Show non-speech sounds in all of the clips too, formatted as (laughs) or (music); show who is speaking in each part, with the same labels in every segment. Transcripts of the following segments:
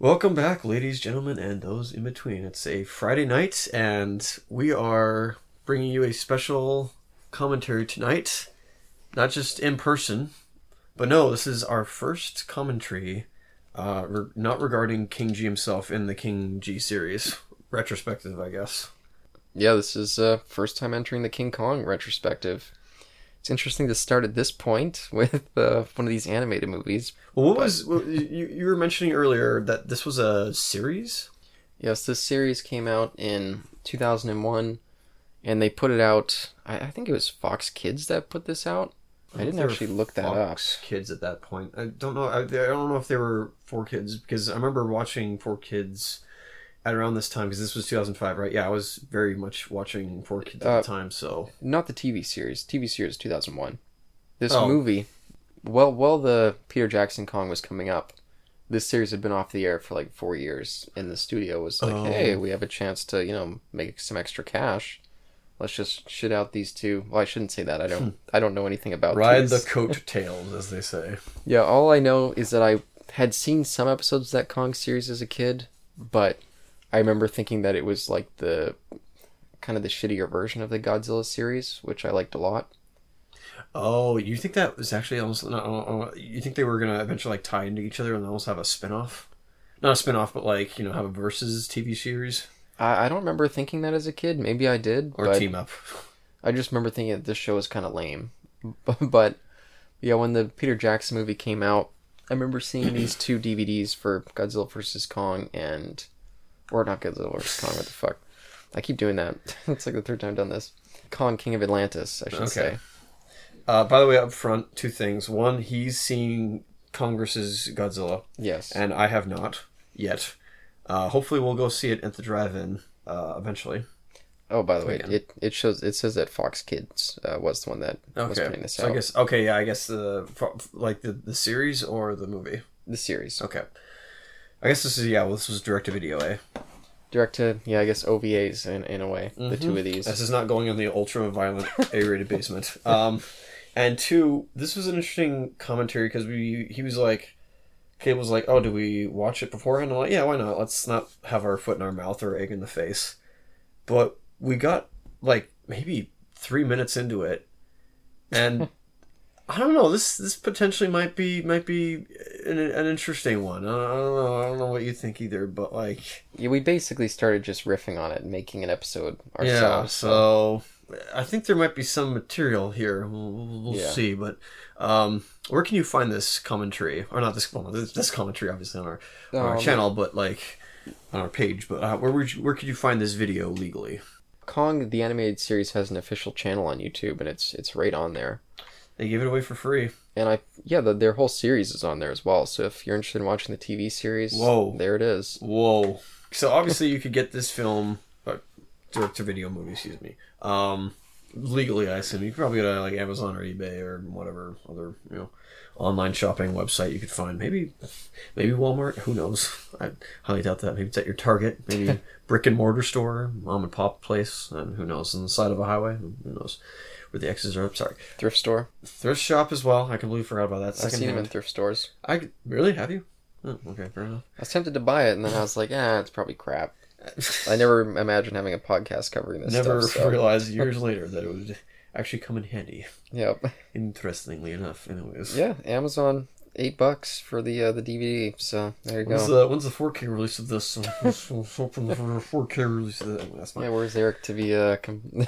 Speaker 1: Welcome back, ladies, gentlemen, and those in between. It's a Friday night, and we are bringing you a special commentary tonight. Not just in person, but no, this is our first commentary, uh, re- not regarding King G himself in the King G series. Retrospective, I guess.
Speaker 2: Yeah, this is uh, first time entering the King Kong retrospective. It's interesting to start at this point (laughs) with uh, one of these animated movies.
Speaker 1: Well, what was what, you, you were mentioning earlier that this was a series?
Speaker 2: Yes, this series came out in 2001, and they put it out. I, I think it was Fox Kids that put this out.
Speaker 1: don't
Speaker 2: I, didn't
Speaker 1: think they were
Speaker 2: actually look that
Speaker 1: Fox Kids at that point. I don't know. I, I don't know if they were four kids because I remember watching four kids at around this time because this was 2005, right? Yeah, I was very much watching four kids at
Speaker 2: Uh,
Speaker 1: the time. So
Speaker 2: up. Not the TV series. TV series 2001. This
Speaker 1: Oh.
Speaker 2: movie, well, while the Peter Jackson Kong was coming up, this series had been off the air for like four years, and the studio was like,
Speaker 1: Oh.
Speaker 2: "Hey, we have a chance to, you know, make some extra cash." Let's just shit out these two. Well, I shouldn't say that. I don't. I don't know anything about
Speaker 1: Hmm. ride the
Speaker 2: these.
Speaker 1: coattails, as they say.
Speaker 2: Yeah, all I know is that I had seen some episodes of that Kong series as a kid, but I remember thinking that it was like the kind of the shittier version of the Godzilla series, which I liked a lot.
Speaker 1: Oh, you think that was actually almost? Not, uh, uh, you think they were gonna eventually like tie into each other and almost have a spin-off? Not a spin-off, but like you know, have a versus TV series
Speaker 2: I, I don't remember thinking that as a kid. Maybe I did,
Speaker 1: or
Speaker 2: but
Speaker 1: team up.
Speaker 2: I just remember thinking that this show was kind of lame. (laughs) but yeah, when the Peter Jackson movie came out, I remember
Speaker 1: (clears throat)
Speaker 2: seeing these two DVDs for Godzilla vs Kong and, or not Godzilla vs Kong. What the fuck? I keep doing that. (laughs) it's like the third time I've done this. Kong, King of Atlantis, I should
Speaker 1: Okay.
Speaker 2: say.
Speaker 1: Uh, by the way, up front, two things. One, he's seeing Congress's Godzilla,
Speaker 2: Yes.
Speaker 1: and I have not yet. Uh, hopefully, we'll go see it at the drive-in uh, eventually.
Speaker 2: oh, by the way,
Speaker 1: Again.
Speaker 2: it, it shows it says that Fox Kids uh, was the one that was
Speaker 1: Okay,
Speaker 2: putting this
Speaker 1: so
Speaker 2: out.
Speaker 1: I guess okay, yeah, I guess the like the, the series or the movie.
Speaker 2: the series
Speaker 1: Okay, I guess this is yeah. Well, this was direct to video, eh?
Speaker 2: direct to yeah, I guess OVAs in in a way.
Speaker 1: Mm-hmm.
Speaker 2: The two of these.
Speaker 1: This is not going in the ultra violent (laughs) A rated basement. Um, and two, this was an interesting commentary because we he was like, Cable was like, oh, do we watch it beforehand? I'm like, yeah, why not? Let's not have our foot in our mouth or egg in the face. But we got like maybe three minutes into it, and I don't know. This this potentially might be might be an, an interesting one. I don't, I don't know. I don't know what you think either, but like.
Speaker 2: Yeah, we basically started just riffing on it, and making an episode
Speaker 1: Yeah,
Speaker 2: ourselves.
Speaker 1: so I think there might be some material here. We'll, we'll we'll
Speaker 2: Yeah.
Speaker 1: see. But um, where can you find this commentary? Or not this well, this, this commentary, obviously on our, on our
Speaker 2: Um,
Speaker 1: channel, but like on our page. But uh, where would you, where could you find this video legally?
Speaker 2: Kong the animated series has an official channel on YouTube, and it's it's right on there.
Speaker 1: They gave it away for free.
Speaker 2: And I yeah, the, their whole series is on there as well. So if you're interested in watching the TV series,
Speaker 1: Whoa.
Speaker 2: there it is.
Speaker 1: Whoa! So obviously you could get this film, uh, direct to video movie. Excuse me. Um, legally, I assume you could probably go to like Amazon or eBay or whatever other you know online shopping website you could find. Maybe, maybe Walmart. Who knows? I highly doubt that. Maybe it's at your Target.
Speaker 2: (laughs)
Speaker 1: Maybe brick and mortar store, mom and pop place, and who knows? On the side of a highway. Who knows? Where the X's are up. Sorry,
Speaker 2: Thrift store.
Speaker 1: thrift shop as well. I completely forgot about that.
Speaker 2: I've
Speaker 1: Second
Speaker 2: seen them in
Speaker 1: hand.
Speaker 2: thrift stores.
Speaker 1: I really have you. Oh, okay, fair enough.
Speaker 2: I was tempted to buy it, and then I was like, ah, it's
Speaker 1: (laughs)
Speaker 2: probably crap. I never imagined having a podcast covering this
Speaker 1: Never
Speaker 2: stuff. so-
Speaker 1: realized years (laughs) later that it would actually come in handy.
Speaker 2: Yep.
Speaker 1: Interestingly enough, anyways.
Speaker 2: Yeah, Amazon, eight bucks for the uh, the DVD. So there you
Speaker 1: When's
Speaker 2: go.
Speaker 1: the when's the 4K release of (laughs) this? Let's open the 4K release of that. That's
Speaker 2: Yeah,
Speaker 1: fine.
Speaker 2: where's Eric to be? Uh, com- (laughs)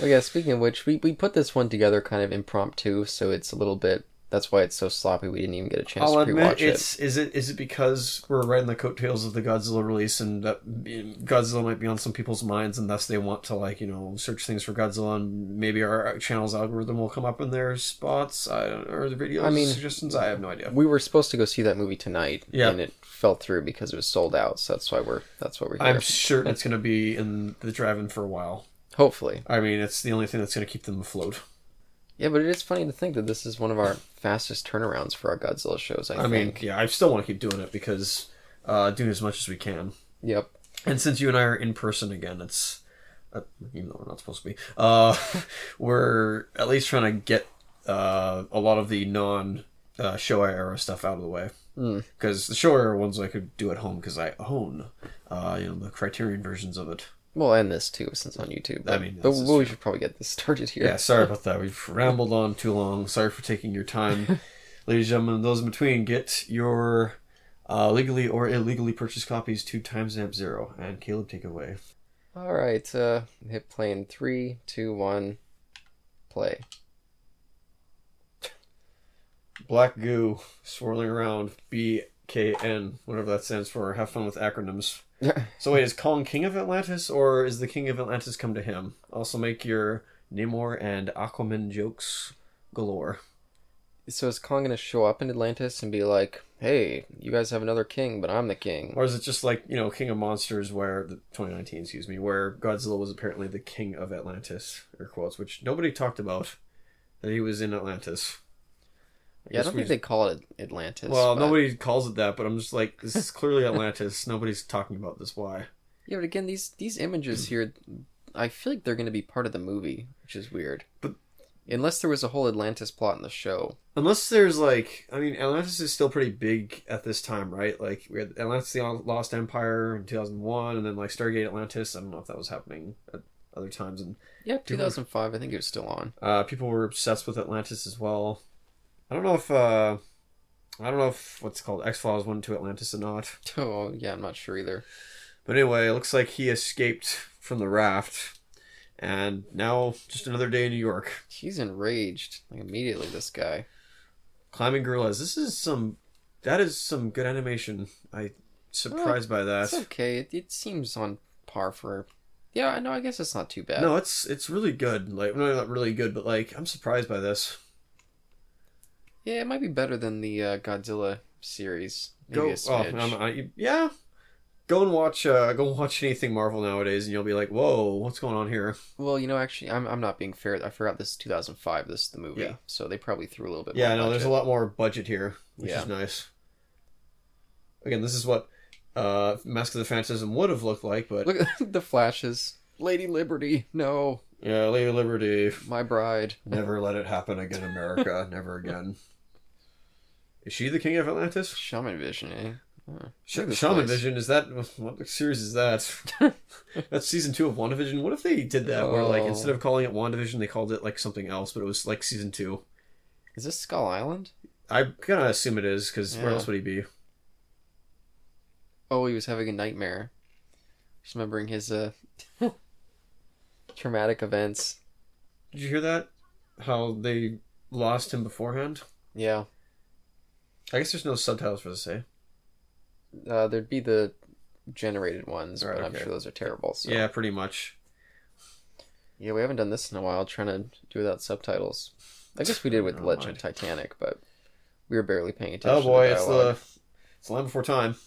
Speaker 2: well, yeah. Speaking of which, we we put this one together kind of impromptu, so it's a little bit. That's why it's so sloppy. We didn't even get a chance
Speaker 1: I'll
Speaker 2: to pre-watch
Speaker 1: admit, it's is it is it because we're riding the coattails of the Godzilla release, and that Godzilla might be on some people's minds, and thus they want to like you know search things for Godzilla, and maybe our channel's algorithm will come up in their spots I, don't- or the video
Speaker 2: I mean-
Speaker 1: suggestions. I have no idea.
Speaker 2: it. We were supposed to go see that movie tonight,
Speaker 1: Yeah.
Speaker 2: and it fell through because it was sold out. So that's why we're that's why we're here.
Speaker 1: I'm certain it's going to be in the drive-in for a while.
Speaker 2: Hopefully,
Speaker 1: I mean, it's the only thing that's going to keep them afloat.
Speaker 2: yeah. But it is funny to think that this is one of our fastest turnarounds for our Godzilla shows. I,
Speaker 1: I
Speaker 2: think.
Speaker 1: mean, yeah, I still want to keep doing it because uh, doing as much as we can.
Speaker 2: yep.
Speaker 1: And since you and I are in person again, it's uh, even though we're not supposed to be, uh, (laughs) we're at least trying to get uh, a lot of the non uh, show era stuff out of the way.
Speaker 2: Mm.
Speaker 1: because the show era ones I could do at home because I own, uh, you know, the Criterion versions of it.
Speaker 2: We'll end this too since it's on YouTube. But,
Speaker 1: I mean,
Speaker 2: but
Speaker 1: this is
Speaker 2: we should probably get this started here.
Speaker 1: Yeah, sorry about that. We've rambled on too long. Sorry for taking your time, ladies and gentlemen. Those in between, get your uh, legally or illegally purchased copies to timestamp zero. And Caleb, take it away.
Speaker 2: All right, uh, hit play in three, two, one, play.
Speaker 1: Black goo swirling around. B K N, whatever that stands for. Have fun with acronyms. So wait, is Kong king of Atlantis, or is the king of Atlantis come to him? Also, make your Namor and Aquaman jokes galore.
Speaker 2: so is Kong gonna show up in Atlantis and be like, "Hey, you guys have another king, but I'm the king."
Speaker 1: Or is it just like you know, King of Monsters, where the 2019, excuse me, where Godzilla was apparently the king of Atlantis, air quotes, which nobody talked about that he was in Atlantis. I
Speaker 2: Yeah, I
Speaker 1: guess
Speaker 2: don't
Speaker 1: we
Speaker 2: think they call it Atlantis.
Speaker 1: well,
Speaker 2: but-
Speaker 1: nobody calls it that, but I'm just like, this is
Speaker 2: (laughs)
Speaker 1: clearly Atlantis. Nobody's talking about this. Why?
Speaker 2: Yeah, but again, these
Speaker 1: (clears throat)
Speaker 2: these images here, I feel like they're gonna be part of the movie, which is weird.
Speaker 1: But-
Speaker 2: unless there was a whole Atlantis plot in the show,
Speaker 1: Unless there's like, I mean, Atlantis is still pretty big at this time, right? Like we had Atlantis: The Lost Empire in 2001, and then like Stargate Atlantis. I don't know if that was happening at other times, and
Speaker 2: yeah,
Speaker 1: Do you
Speaker 2: two thousand five, I think it was still on. (laughs)
Speaker 1: Uh, people were obsessed with Atlantis as well. I don't know if uh, I don't know if what's it called X Files went to Atlantis or not.
Speaker 2: Oh yeah, I'm not sure either.
Speaker 1: But anyway, it looks like he escaped from the raft, and now just another day in New York.
Speaker 2: He's enraged like immediately. This guy.
Speaker 1: Climbing gorillas. This is some. That is some good animation. I surprised by
Speaker 2: It's
Speaker 1: that.
Speaker 2: okay. It, it seems on par for. Yeah, I know. I guess it's not too bad.
Speaker 1: No, it's it's really good. Like no, not really good, but like I'm surprised by this.
Speaker 2: Yeah, it might be better than the uh, Godzilla series. Maybe
Speaker 1: Go.
Speaker 2: a
Speaker 1: Oh,
Speaker 2: smidge.
Speaker 1: I'm, I, yeah. Go and watch. Uh, go and watch anything Marvel nowadays, and you'll be like, "Whoa, what's going on here?"
Speaker 2: Well, you know, actually, I'm, I'm not being fair. I forgot this is 2005. This is the movie,
Speaker 1: Yeah.
Speaker 2: so they probably threw a little bit.
Speaker 1: Yeah,
Speaker 2: more
Speaker 1: no, there's a
Speaker 2: budget.
Speaker 1: lot more budget here, which
Speaker 2: Yeah.
Speaker 1: is nice. Again, this is what uh, Mask of the Phantasm would have looked like, but
Speaker 2: Look at (laughs) the flashes. Lady Liberty, no,
Speaker 1: yeah, Lady Liberty,
Speaker 2: my bride.
Speaker 1: never let it happen again, America, (laughs) never again. Is she the king of Atlantis?
Speaker 2: Shaman Vision, eh? Huh.
Speaker 1: Sh-
Speaker 2: Look at this
Speaker 1: Shaman
Speaker 2: place.
Speaker 1: Vision is that? What series is that?
Speaker 2: (laughs)
Speaker 1: That's season two of WandaVision. What if they did that, where like
Speaker 2: Oh.
Speaker 1: instead of calling it WandaVision, they called it like something else, but it was like season two.
Speaker 2: Is this Skull Island?
Speaker 1: I'm gonna assume it is because where
Speaker 2: Yeah.
Speaker 1: else would he be?
Speaker 2: Oh, he was having a nightmare. Just remembering his uh (laughs) traumatic events.
Speaker 1: Did you hear that? How they lost him beforehand?
Speaker 2: Yeah,
Speaker 1: I guess there's no subtitles for this, eh?
Speaker 2: uh, there'd be the generated ones,
Speaker 1: Right,
Speaker 2: but I'm
Speaker 1: okay.
Speaker 2: sure those are terrible. So.
Speaker 1: Yeah, pretty much.
Speaker 2: Yeah, we haven't done this in a while, trying to do without subtitles. I guess we did with
Speaker 1: Never
Speaker 2: Legend
Speaker 1: mind.
Speaker 2: Titanic, but we were barely paying attention.
Speaker 1: Oh boy,
Speaker 2: to
Speaker 1: it's
Speaker 2: dialogue.
Speaker 1: the it's the Land Before Time. (laughs)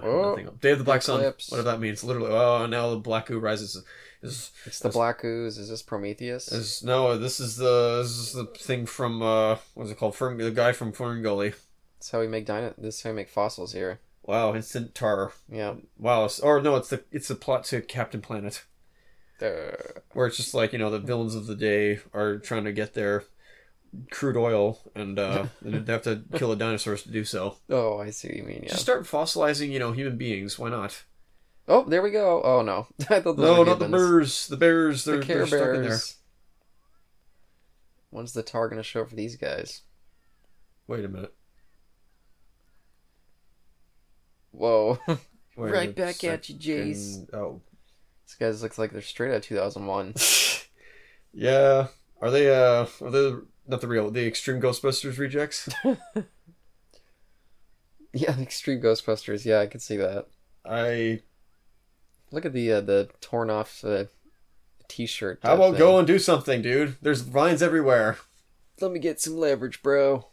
Speaker 2: Oh,
Speaker 1: Nothing up. Day of the Black Sun.
Speaker 2: eclipse.
Speaker 1: Whatever that means. Literally. Oh, now the black goo rises. Is,
Speaker 2: it's the Black Ooze. Is this Prometheus?
Speaker 1: is no, this is the this is the thing from uh, what's it called? Fern, the guy from Ferngully.
Speaker 2: That's how we make dino- This is how we make fossils here.
Speaker 1: Wow, instant tar.
Speaker 2: Yeah.
Speaker 1: Wow, it's- or no, it's the it's the plot to Captain Planet.
Speaker 2: Uh,
Speaker 1: where it's just like you know the villains of the day are trying to get their crude oil and
Speaker 2: (laughs)
Speaker 1: uh and they have to kill the dinosaurs to do so
Speaker 2: oh, I see what you mean. Yeah.
Speaker 1: just start fossilizing you know human beings why not
Speaker 2: Oh, there we go. Oh no, (laughs) I thought those
Speaker 1: no
Speaker 2: were
Speaker 1: not the
Speaker 2: humans.
Speaker 1: bears the bears
Speaker 2: The
Speaker 1: they're,
Speaker 2: Care
Speaker 1: they're stuck in there
Speaker 2: Bears. When's the tar gonna show for these guys?
Speaker 1: wait a minute
Speaker 2: Whoa! (laughs)
Speaker 1: wait
Speaker 2: Right back at you, Jace.
Speaker 1: jays oh (laughs)
Speaker 2: These guys looks like they're straight out of 2001.
Speaker 1: yeah are they uh are they not the real the extreme ghostbusters
Speaker 2: (laughs)
Speaker 1: rejects
Speaker 2: (laughs) yeah, Extreme Ghostbusters. Yeah, I could see that.
Speaker 1: i
Speaker 2: Look at the uh, the torn off uh, t-shirt.
Speaker 1: how about
Speaker 2: thing.
Speaker 1: go and do something dude there's vines everywhere
Speaker 2: Let me get some leverage, bro.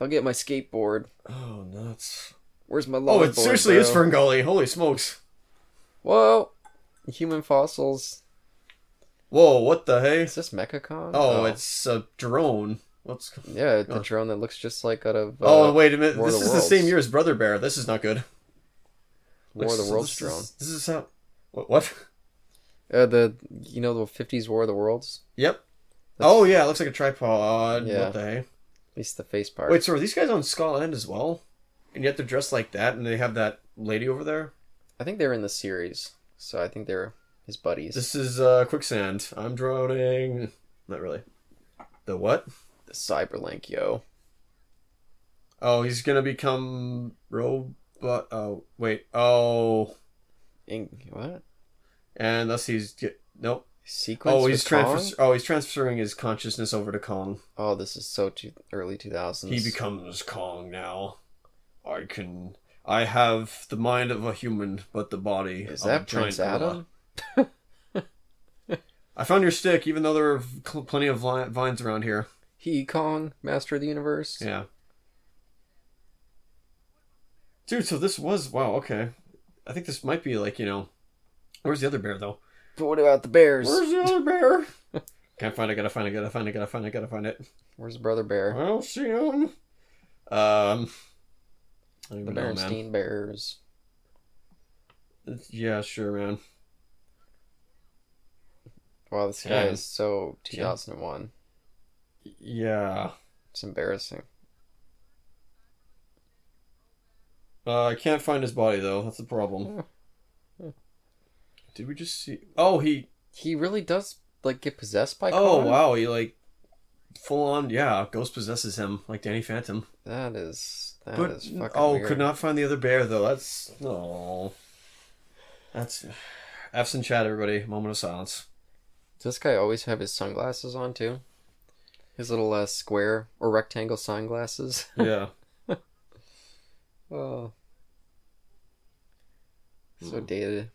Speaker 2: I'll get my skateboard.
Speaker 1: oh nuts
Speaker 2: Where's my
Speaker 1: oh
Speaker 2: longboard?
Speaker 1: it seriously is
Speaker 2: bro?
Speaker 1: ferngully holy smokes
Speaker 2: Whoa, human fossils.
Speaker 1: whoa what the hey
Speaker 2: Is this MechaCon?
Speaker 1: Oh, it's a drone. What's?
Speaker 2: yeah, the
Speaker 1: oh.
Speaker 2: drone that looks just like out of uh,
Speaker 1: oh, wait a minute.
Speaker 2: War of
Speaker 1: This
Speaker 2: the
Speaker 1: is
Speaker 2: Worlds.
Speaker 1: the same year as Brother Bear. This is not good.
Speaker 2: War of
Speaker 1: This-
Speaker 2: the Worlds
Speaker 1: this
Speaker 2: drone.
Speaker 1: Is, this is how. What? what?
Speaker 2: Uh, the you know the '50s War of the Worlds.
Speaker 1: Yep.
Speaker 2: That's-
Speaker 1: Oh yeah, it looks like a tripod.
Speaker 2: Yeah.
Speaker 1: What the hey?
Speaker 2: At least the face part.
Speaker 1: Wait, so are these guys on Skull End as well? and yet they're dressed like that, and they have that lady over there.
Speaker 2: I think they're in the series, so I think they're his buddies.
Speaker 1: This is uh, quicksand. I'm drowning. Not really. The what?
Speaker 2: the Cyberlink, yo.
Speaker 1: Oh, he's gonna become robot. Oh, wait. Oh,
Speaker 2: In- what
Speaker 1: and thus he's get... nope.
Speaker 2: sequence?
Speaker 1: Oh, he's
Speaker 2: with Kong?
Speaker 1: transfer. Oh, he's transferring his consciousness over to Kong.
Speaker 2: Oh, this is so two- early two thousands.
Speaker 1: He becomes Kong now. I can. I have the mind of a human, but the body
Speaker 2: is
Speaker 1: of a
Speaker 2: that
Speaker 1: giant
Speaker 2: Prince
Speaker 1: gorilla.
Speaker 2: Adam?
Speaker 1: I found your stick, even though there are cl- plenty of li- vines around here.
Speaker 2: He Kong, Master of the Universe.
Speaker 1: Yeah. Dude, so this was wow. Okay, I think this might be like you know, where's the other bear though?
Speaker 2: But what about the bears?
Speaker 1: Where's the other bear?
Speaker 2: (laughs)
Speaker 1: Can't find it. Gotta find it. Gotta find it. Gotta find it. Gotta find it.
Speaker 2: Where's Brother Bear?
Speaker 1: I don't see him. Um, I don't
Speaker 2: The
Speaker 1: even know, man.
Speaker 2: Berenstein Bears.
Speaker 1: It's- Yeah, sure, man.
Speaker 2: Wow, this guy
Speaker 1: Yeah.
Speaker 2: is so
Speaker 1: Yeah.
Speaker 2: 2001.
Speaker 1: Yeah,
Speaker 2: It's embarrassing.
Speaker 1: uh, I can't find his body though. That's the problem.
Speaker 2: Hmm.
Speaker 1: Did we just see? Oh, he
Speaker 2: He really does like get possessed by.
Speaker 1: Oh
Speaker 2: Kong?
Speaker 1: wow, he like full on yeah, ghost possesses him like Danny Phantom.
Speaker 2: That is that is
Speaker 1: but
Speaker 2: fucking.
Speaker 1: oh,
Speaker 2: weird.
Speaker 1: could not find the other bear though. That's no. That's F's in chat, everybody. Moment of silence.
Speaker 2: (laughs) Does this guy always have his sunglasses on too? His little uh, square or rectangle sunglasses. (laughs)
Speaker 1: Yeah.
Speaker 2: Oh. So
Speaker 1: Hmm.
Speaker 2: dated.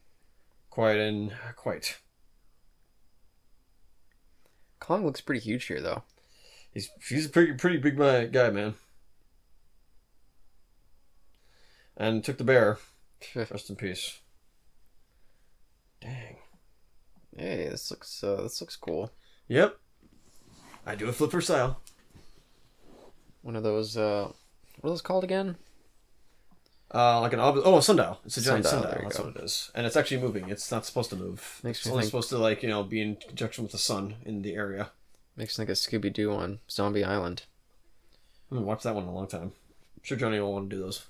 Speaker 1: quite and quite.
Speaker 2: Kong looks pretty huge here though.
Speaker 1: He's he's a pretty pretty big mi- guy, man. And took the bear. Rest in peace. Dang.
Speaker 2: hey, this looks uh, this looks cool.
Speaker 1: Yep. I do a flipper style.
Speaker 2: One of those uh what are those called again?
Speaker 1: Uh, like an ob- oh a sundial. It's a giant
Speaker 2: Sundial,
Speaker 1: sundial.
Speaker 2: there you
Speaker 1: That's
Speaker 2: go.
Speaker 1: what it is, and it's actually moving. It's not supposed to move.
Speaker 2: Makes
Speaker 1: it's
Speaker 2: me
Speaker 1: only
Speaker 2: think-
Speaker 1: supposed to like you know be in conjunction with the sun in the area.
Speaker 2: Makes me think of Scooby Doo on Zombie Island.
Speaker 1: I haven't watched that one in a long time. I'm sure Johnny will want to do those.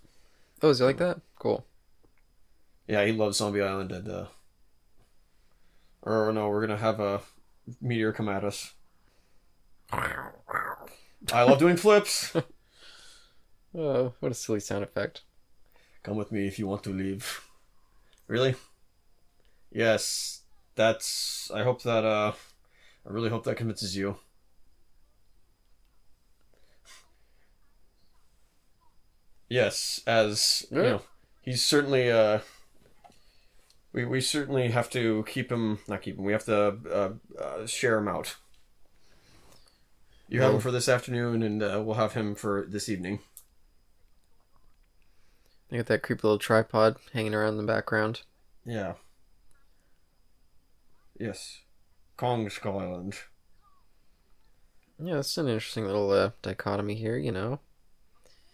Speaker 2: Oh, is it like that? Cool.
Speaker 1: Yeah, he loves Zombie Island and uh, or no, we're gonna have a meteor come at us. I love doing flips.
Speaker 2: Oh, what a silly sound effect.
Speaker 1: Come with me if you want to leave. Really? Yes. That's. I hope that. uh I really hope that convinces you. Yes, as you
Speaker 2: Yeah.
Speaker 1: know, he's certainly. uh We we certainly have to keep him. Not keep him. We have to uh, uh, share him out. You have him
Speaker 2: Well-
Speaker 1: for this afternoon, and uh, we'll have him for this evening.
Speaker 2: You got that creepy little tripod hanging around in the background.
Speaker 1: Yeah. Yes. Kong Skull Island.
Speaker 2: Yeah, that's an interesting little uh, dichotomy here, you know.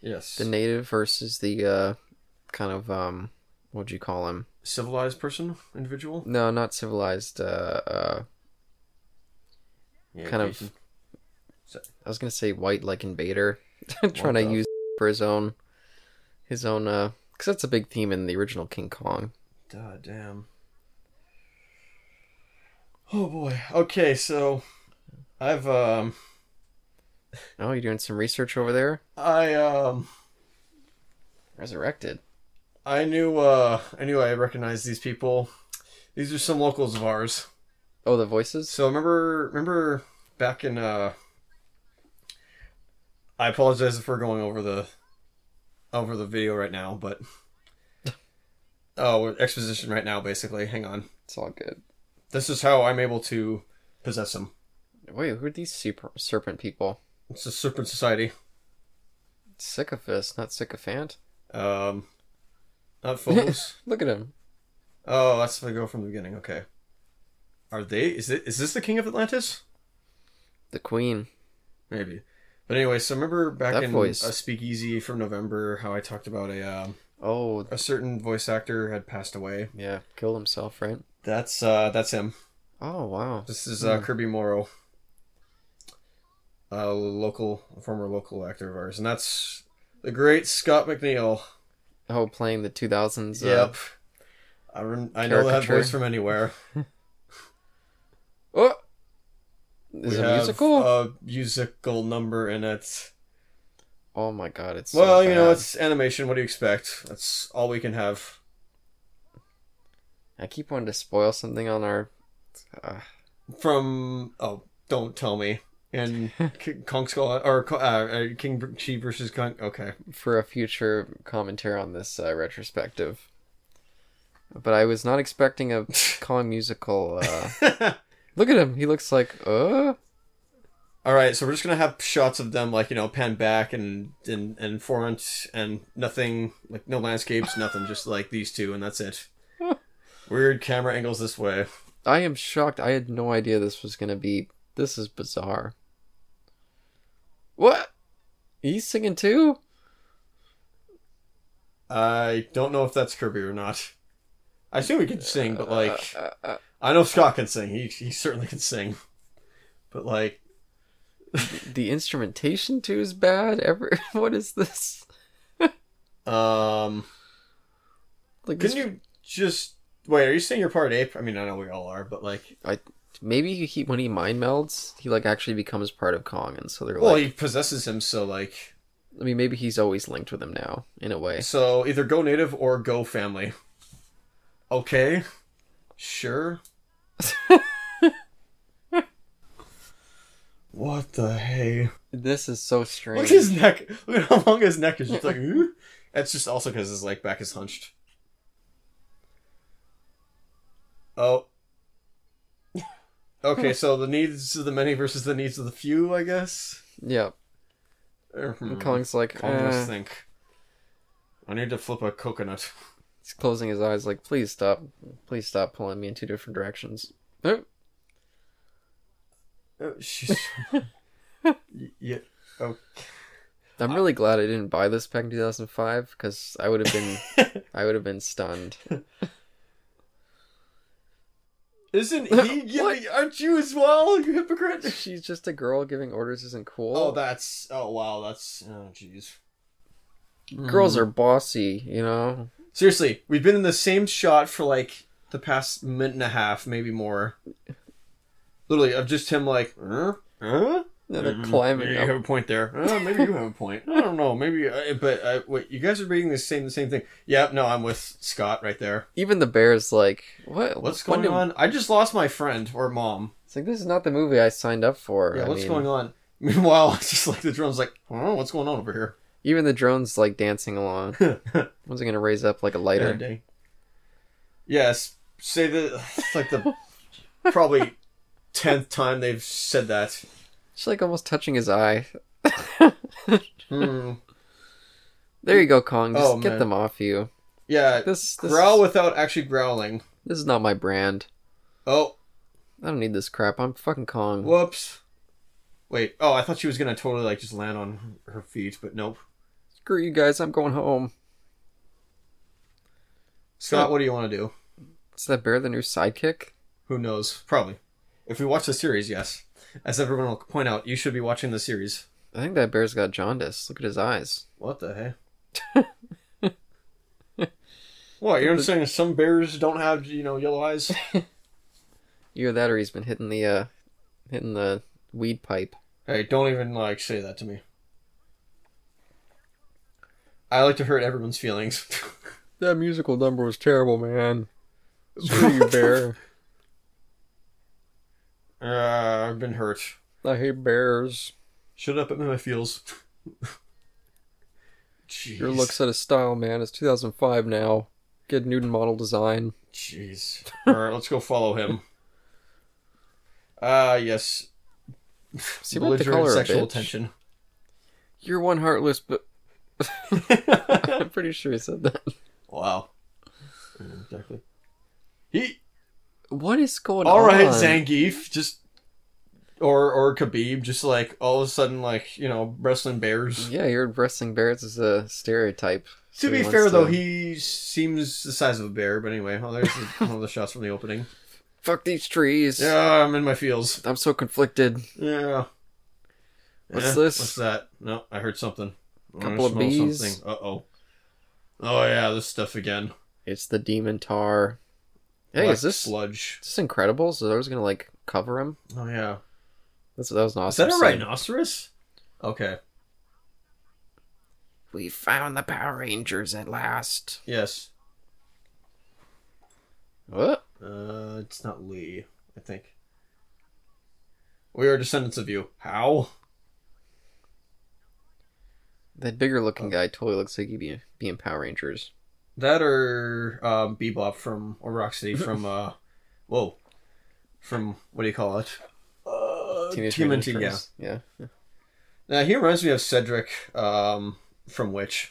Speaker 1: Yes.
Speaker 2: The native versus the uh, kind of, um, what'd you call him?
Speaker 1: Civilized person? Individual?
Speaker 2: No, not civilized. Uh, uh,
Speaker 1: Yeah,
Speaker 2: Kind of-
Speaker 1: Jason.
Speaker 2: I was going to say white like invader, (laughs) trying to
Speaker 1: the-
Speaker 2: use for his own, his own, uh, because that's a big theme in the original King Kong.
Speaker 1: Duh, damn. Oh boy. Okay, so I've um
Speaker 2: Oh, you're doing some research over there?
Speaker 1: I um
Speaker 2: Resurrected.
Speaker 1: I knew uh I knew I recognized these people. These are some locals of ours.
Speaker 2: Oh, the voices?
Speaker 1: So remember remember back in uh I apologize if we're going over the over the video right now,
Speaker 2: (laughs)
Speaker 1: but oh, we're exposition right now basically. Hang on.
Speaker 2: It's all good.
Speaker 1: This is how I'm able to possess him.
Speaker 2: Wait, who are these super- serpent people?
Speaker 1: It's a serpent society.
Speaker 2: Sycophist, not sycophant.
Speaker 1: Um not
Speaker 2: (laughs)
Speaker 1: fools.
Speaker 2: Look at him.
Speaker 1: oh, that's the go from the beginning. Okay. Are they is it is this the king of Atlantis?
Speaker 2: The queen.
Speaker 1: Maybe. But anyway, so remember back
Speaker 2: That
Speaker 1: in
Speaker 2: voice.
Speaker 1: a speakeasy from November how I talked about a um
Speaker 2: Oh,
Speaker 1: a certain voice actor had passed away.
Speaker 2: yeah, killed himself, right?
Speaker 1: That's uh that's him.
Speaker 2: Oh, wow.
Speaker 1: This is uh,
Speaker 2: Hmm.
Speaker 1: Kirby Morrow, a local former local actor of ours, and that's The great Scott McNeil.
Speaker 2: Oh, playing the 2000s. uh,
Speaker 1: yep. I, rem- I know that
Speaker 2: caricature.
Speaker 1: voice from anywhere.
Speaker 2: oh! Is
Speaker 1: we
Speaker 2: it a
Speaker 1: have uh,
Speaker 2: musical?
Speaker 1: a musical number in it.
Speaker 2: oh my god, it's. so
Speaker 1: well, you know,
Speaker 2: bad.
Speaker 1: it's animation. What do you expect? That's all we can have.
Speaker 2: I keep wanting to spoil something on our. Uh,
Speaker 1: From oh, don't tell me.
Speaker 2: (laughs)
Speaker 1: And K- Kong Skull or Ko- uh, uh, King Br- Chi versus Kong.
Speaker 2: (laughs)
Speaker 1: Okay,
Speaker 2: for a future commentary on this uh, retrospective. But I was not
Speaker 1: (laughs)
Speaker 2: expecting a Kong musical. Uh... Look at him. He looks like, uh.
Speaker 1: all right. So we're just gonna have shots of them, like you know, pan back and and and front and nothing, like no landscapes, nothing. Just like these two, and that's it. Weird camera angles this way.
Speaker 2: I am shocked. I had no idea this was gonna be. This is bizarre. What? He's singing too?
Speaker 1: I don't know if that's Kirby or not. I assume he can sing, but like
Speaker 2: Uh, uh, uh,
Speaker 1: I know Scott can sing. He he certainly can sing. But like
Speaker 2: the instrumentation too is bad. Ever? (laughs) What is this?
Speaker 1: um
Speaker 2: Like
Speaker 1: Can
Speaker 2: this,
Speaker 1: you just wait? Are you saying you're part ape? I mean, I know we all are, but like,
Speaker 2: maybe he when he mind melds, he like actually becomes part of Kong, and so they're
Speaker 1: well,
Speaker 2: like.
Speaker 1: he possesses him, so like,
Speaker 2: I mean, maybe he's always linked with him now in a way.
Speaker 1: so either go native or go family. Okay, sure. what the hey?
Speaker 2: This is so
Speaker 1: Look
Speaker 2: strange.
Speaker 1: at his neck. Look at how long his neck is. It's like, "Ooh." that's just also because his like back is hunched. Oh. Okay, so the needs of the many versus the needs of the few, I guess.
Speaker 2: yeah,
Speaker 1: Or, hmm,
Speaker 2: and Kong's like,
Speaker 1: Kong must
Speaker 2: "Uh,"
Speaker 1: think. I need to flip a coconut.
Speaker 2: he's closing his eyes, like, please stop, please stop pulling me in two different directions. Oh,
Speaker 1: (laughs) Oh, she's. Y- yeah.
Speaker 2: I'm really glad I didn't buy this back in 2005 because I would have
Speaker 1: (laughs)
Speaker 2: been I would have been stunned.
Speaker 1: Isn't (laughs) he giving? Aren't you as well? You hypocrite.
Speaker 2: She's just a girl giving orders isn't cool.
Speaker 1: Oh, that's. Oh, wow. That's. Oh, jeez.
Speaker 2: Girls
Speaker 1: Hmm.
Speaker 2: are bossy, you know.
Speaker 1: Seriously, we've been in the same shot for like the past minute and a half, maybe more. Literally, of just him like, huh? Huh?
Speaker 2: And they're
Speaker 1: Mm,
Speaker 2: climbing
Speaker 1: You
Speaker 2: up.
Speaker 1: have a point there. Uh, maybe you have a point. I don't know. Maybe, I, but I, wait, you guys are reading the same the same thing. Yeah, no, I'm with Scott right there.
Speaker 2: Even the bear's like, what?
Speaker 1: What's
Speaker 2: when
Speaker 1: going on?
Speaker 2: do-
Speaker 1: I just lost my friend or mom.
Speaker 2: It's like this is not the movie I signed up for.
Speaker 1: Yeah,
Speaker 2: I
Speaker 1: what's
Speaker 2: mean,
Speaker 1: going on? (laughs) Meanwhile, it's just like the drone's like, oh, what's going on over here?
Speaker 2: Even the drone's like
Speaker 1: (laughs)
Speaker 2: dancing along. When's it gonna raise up like a lighter?
Speaker 1: Yeah, dang. Yes, say that. It's like the (laughs) probably tenth time they've said that.
Speaker 2: She's like almost touching his eye.
Speaker 1: Hmm.
Speaker 2: There you go, Kong. Just
Speaker 1: Oh,
Speaker 2: get
Speaker 1: man.
Speaker 2: them off you.
Speaker 1: Yeah,
Speaker 2: This this,
Speaker 1: growl
Speaker 2: is,
Speaker 1: without actually growling.
Speaker 2: this is not my brand.
Speaker 1: Oh,
Speaker 2: I don't need this crap. I'm fucking Kong.
Speaker 1: whoops. Wait. Oh, I thought she was gonna totally like just land on her feet, but nope.
Speaker 2: Screw you guys. I'm going home.
Speaker 1: Scott,
Speaker 2: Oh.
Speaker 1: what do you want to do?
Speaker 2: Is that bear the new sidekick?
Speaker 1: Who knows? Probably. If we watch the series, yes. As everyone will point out, you should be watching the series.
Speaker 2: I think that bear's got jaundice. Look at his eyes.
Speaker 1: What the hey? (laughs) what you're saying? Some bears don't have you know yellow eyes.
Speaker 2: Either that or he's been hitting the uh hitting the weed pipe.
Speaker 1: (laughs) Hey, don't even like say that to me. I like to hurt everyone's feelings. (laughs)
Speaker 2: That musical number was terrible, man. Screw you, (laughs) bear.
Speaker 1: uh, I've been hurt.
Speaker 2: I hate bears.
Speaker 1: Shut up, I'm in my feels. (laughs) Jeez.
Speaker 2: Your looks out of style, man. It's 2005 now. Get Newton model design.
Speaker 1: Jeez. Alright, let's go follow
Speaker 2: (laughs)
Speaker 1: him. Ah, yes.
Speaker 2: See what the color of
Speaker 1: sexual
Speaker 2: bitch.
Speaker 1: attention.
Speaker 2: You're one heartless, but (laughs) I'm pretty sure he said that.
Speaker 1: wow. Yeah, Exactly. He.
Speaker 2: What is going
Speaker 1: All
Speaker 2: on?
Speaker 1: right, Zangief, just or or Khabib, just like all of a sudden, like you know, wrestling bears.
Speaker 2: Yeah, you're wrestling bears is a stereotype.
Speaker 1: To
Speaker 2: So he
Speaker 1: be
Speaker 2: wants
Speaker 1: fair, though,
Speaker 2: to-
Speaker 1: he seems the size of a bear. But anyway, well,
Speaker 2: (laughs)
Speaker 1: there's one of the shots from the opening.
Speaker 2: fuck these trees.
Speaker 1: Yeah, I'm in my feels.
Speaker 2: I'm so conflicted.
Speaker 1: Yeah.
Speaker 2: What's
Speaker 1: Eh,
Speaker 2: this?
Speaker 1: What's that? No, I heard something.
Speaker 2: Couple of bees.
Speaker 1: Uh oh. Oh yeah, this stuff again.
Speaker 2: It's the demon tar. Hey,
Speaker 1: Black
Speaker 2: is this is
Speaker 1: sludge?
Speaker 2: this incredible? So they're just gonna like cover him.
Speaker 1: Oh yeah.
Speaker 2: That's that was an
Speaker 1: Is
Speaker 2: awesome.
Speaker 1: that a
Speaker 2: scene.
Speaker 1: rhinoceros? Okay.
Speaker 2: We found the Power Rangers at last.
Speaker 1: Yes.
Speaker 2: What?
Speaker 1: Uh, it's not Lee. I think. We are descendants of you. How?
Speaker 2: That bigger looking
Speaker 1: Oh.
Speaker 2: guy totally looks like he'd be, be in Power Rangers.
Speaker 1: That or um, Bebop from or Rocksteady from uh, whoa, from what do you call it? Uh, Teen
Speaker 2: Mutant
Speaker 1: Mutant, yeah.
Speaker 2: Ninja Turtles. yeah.
Speaker 1: Now he reminds me of Cedric um, from Witch.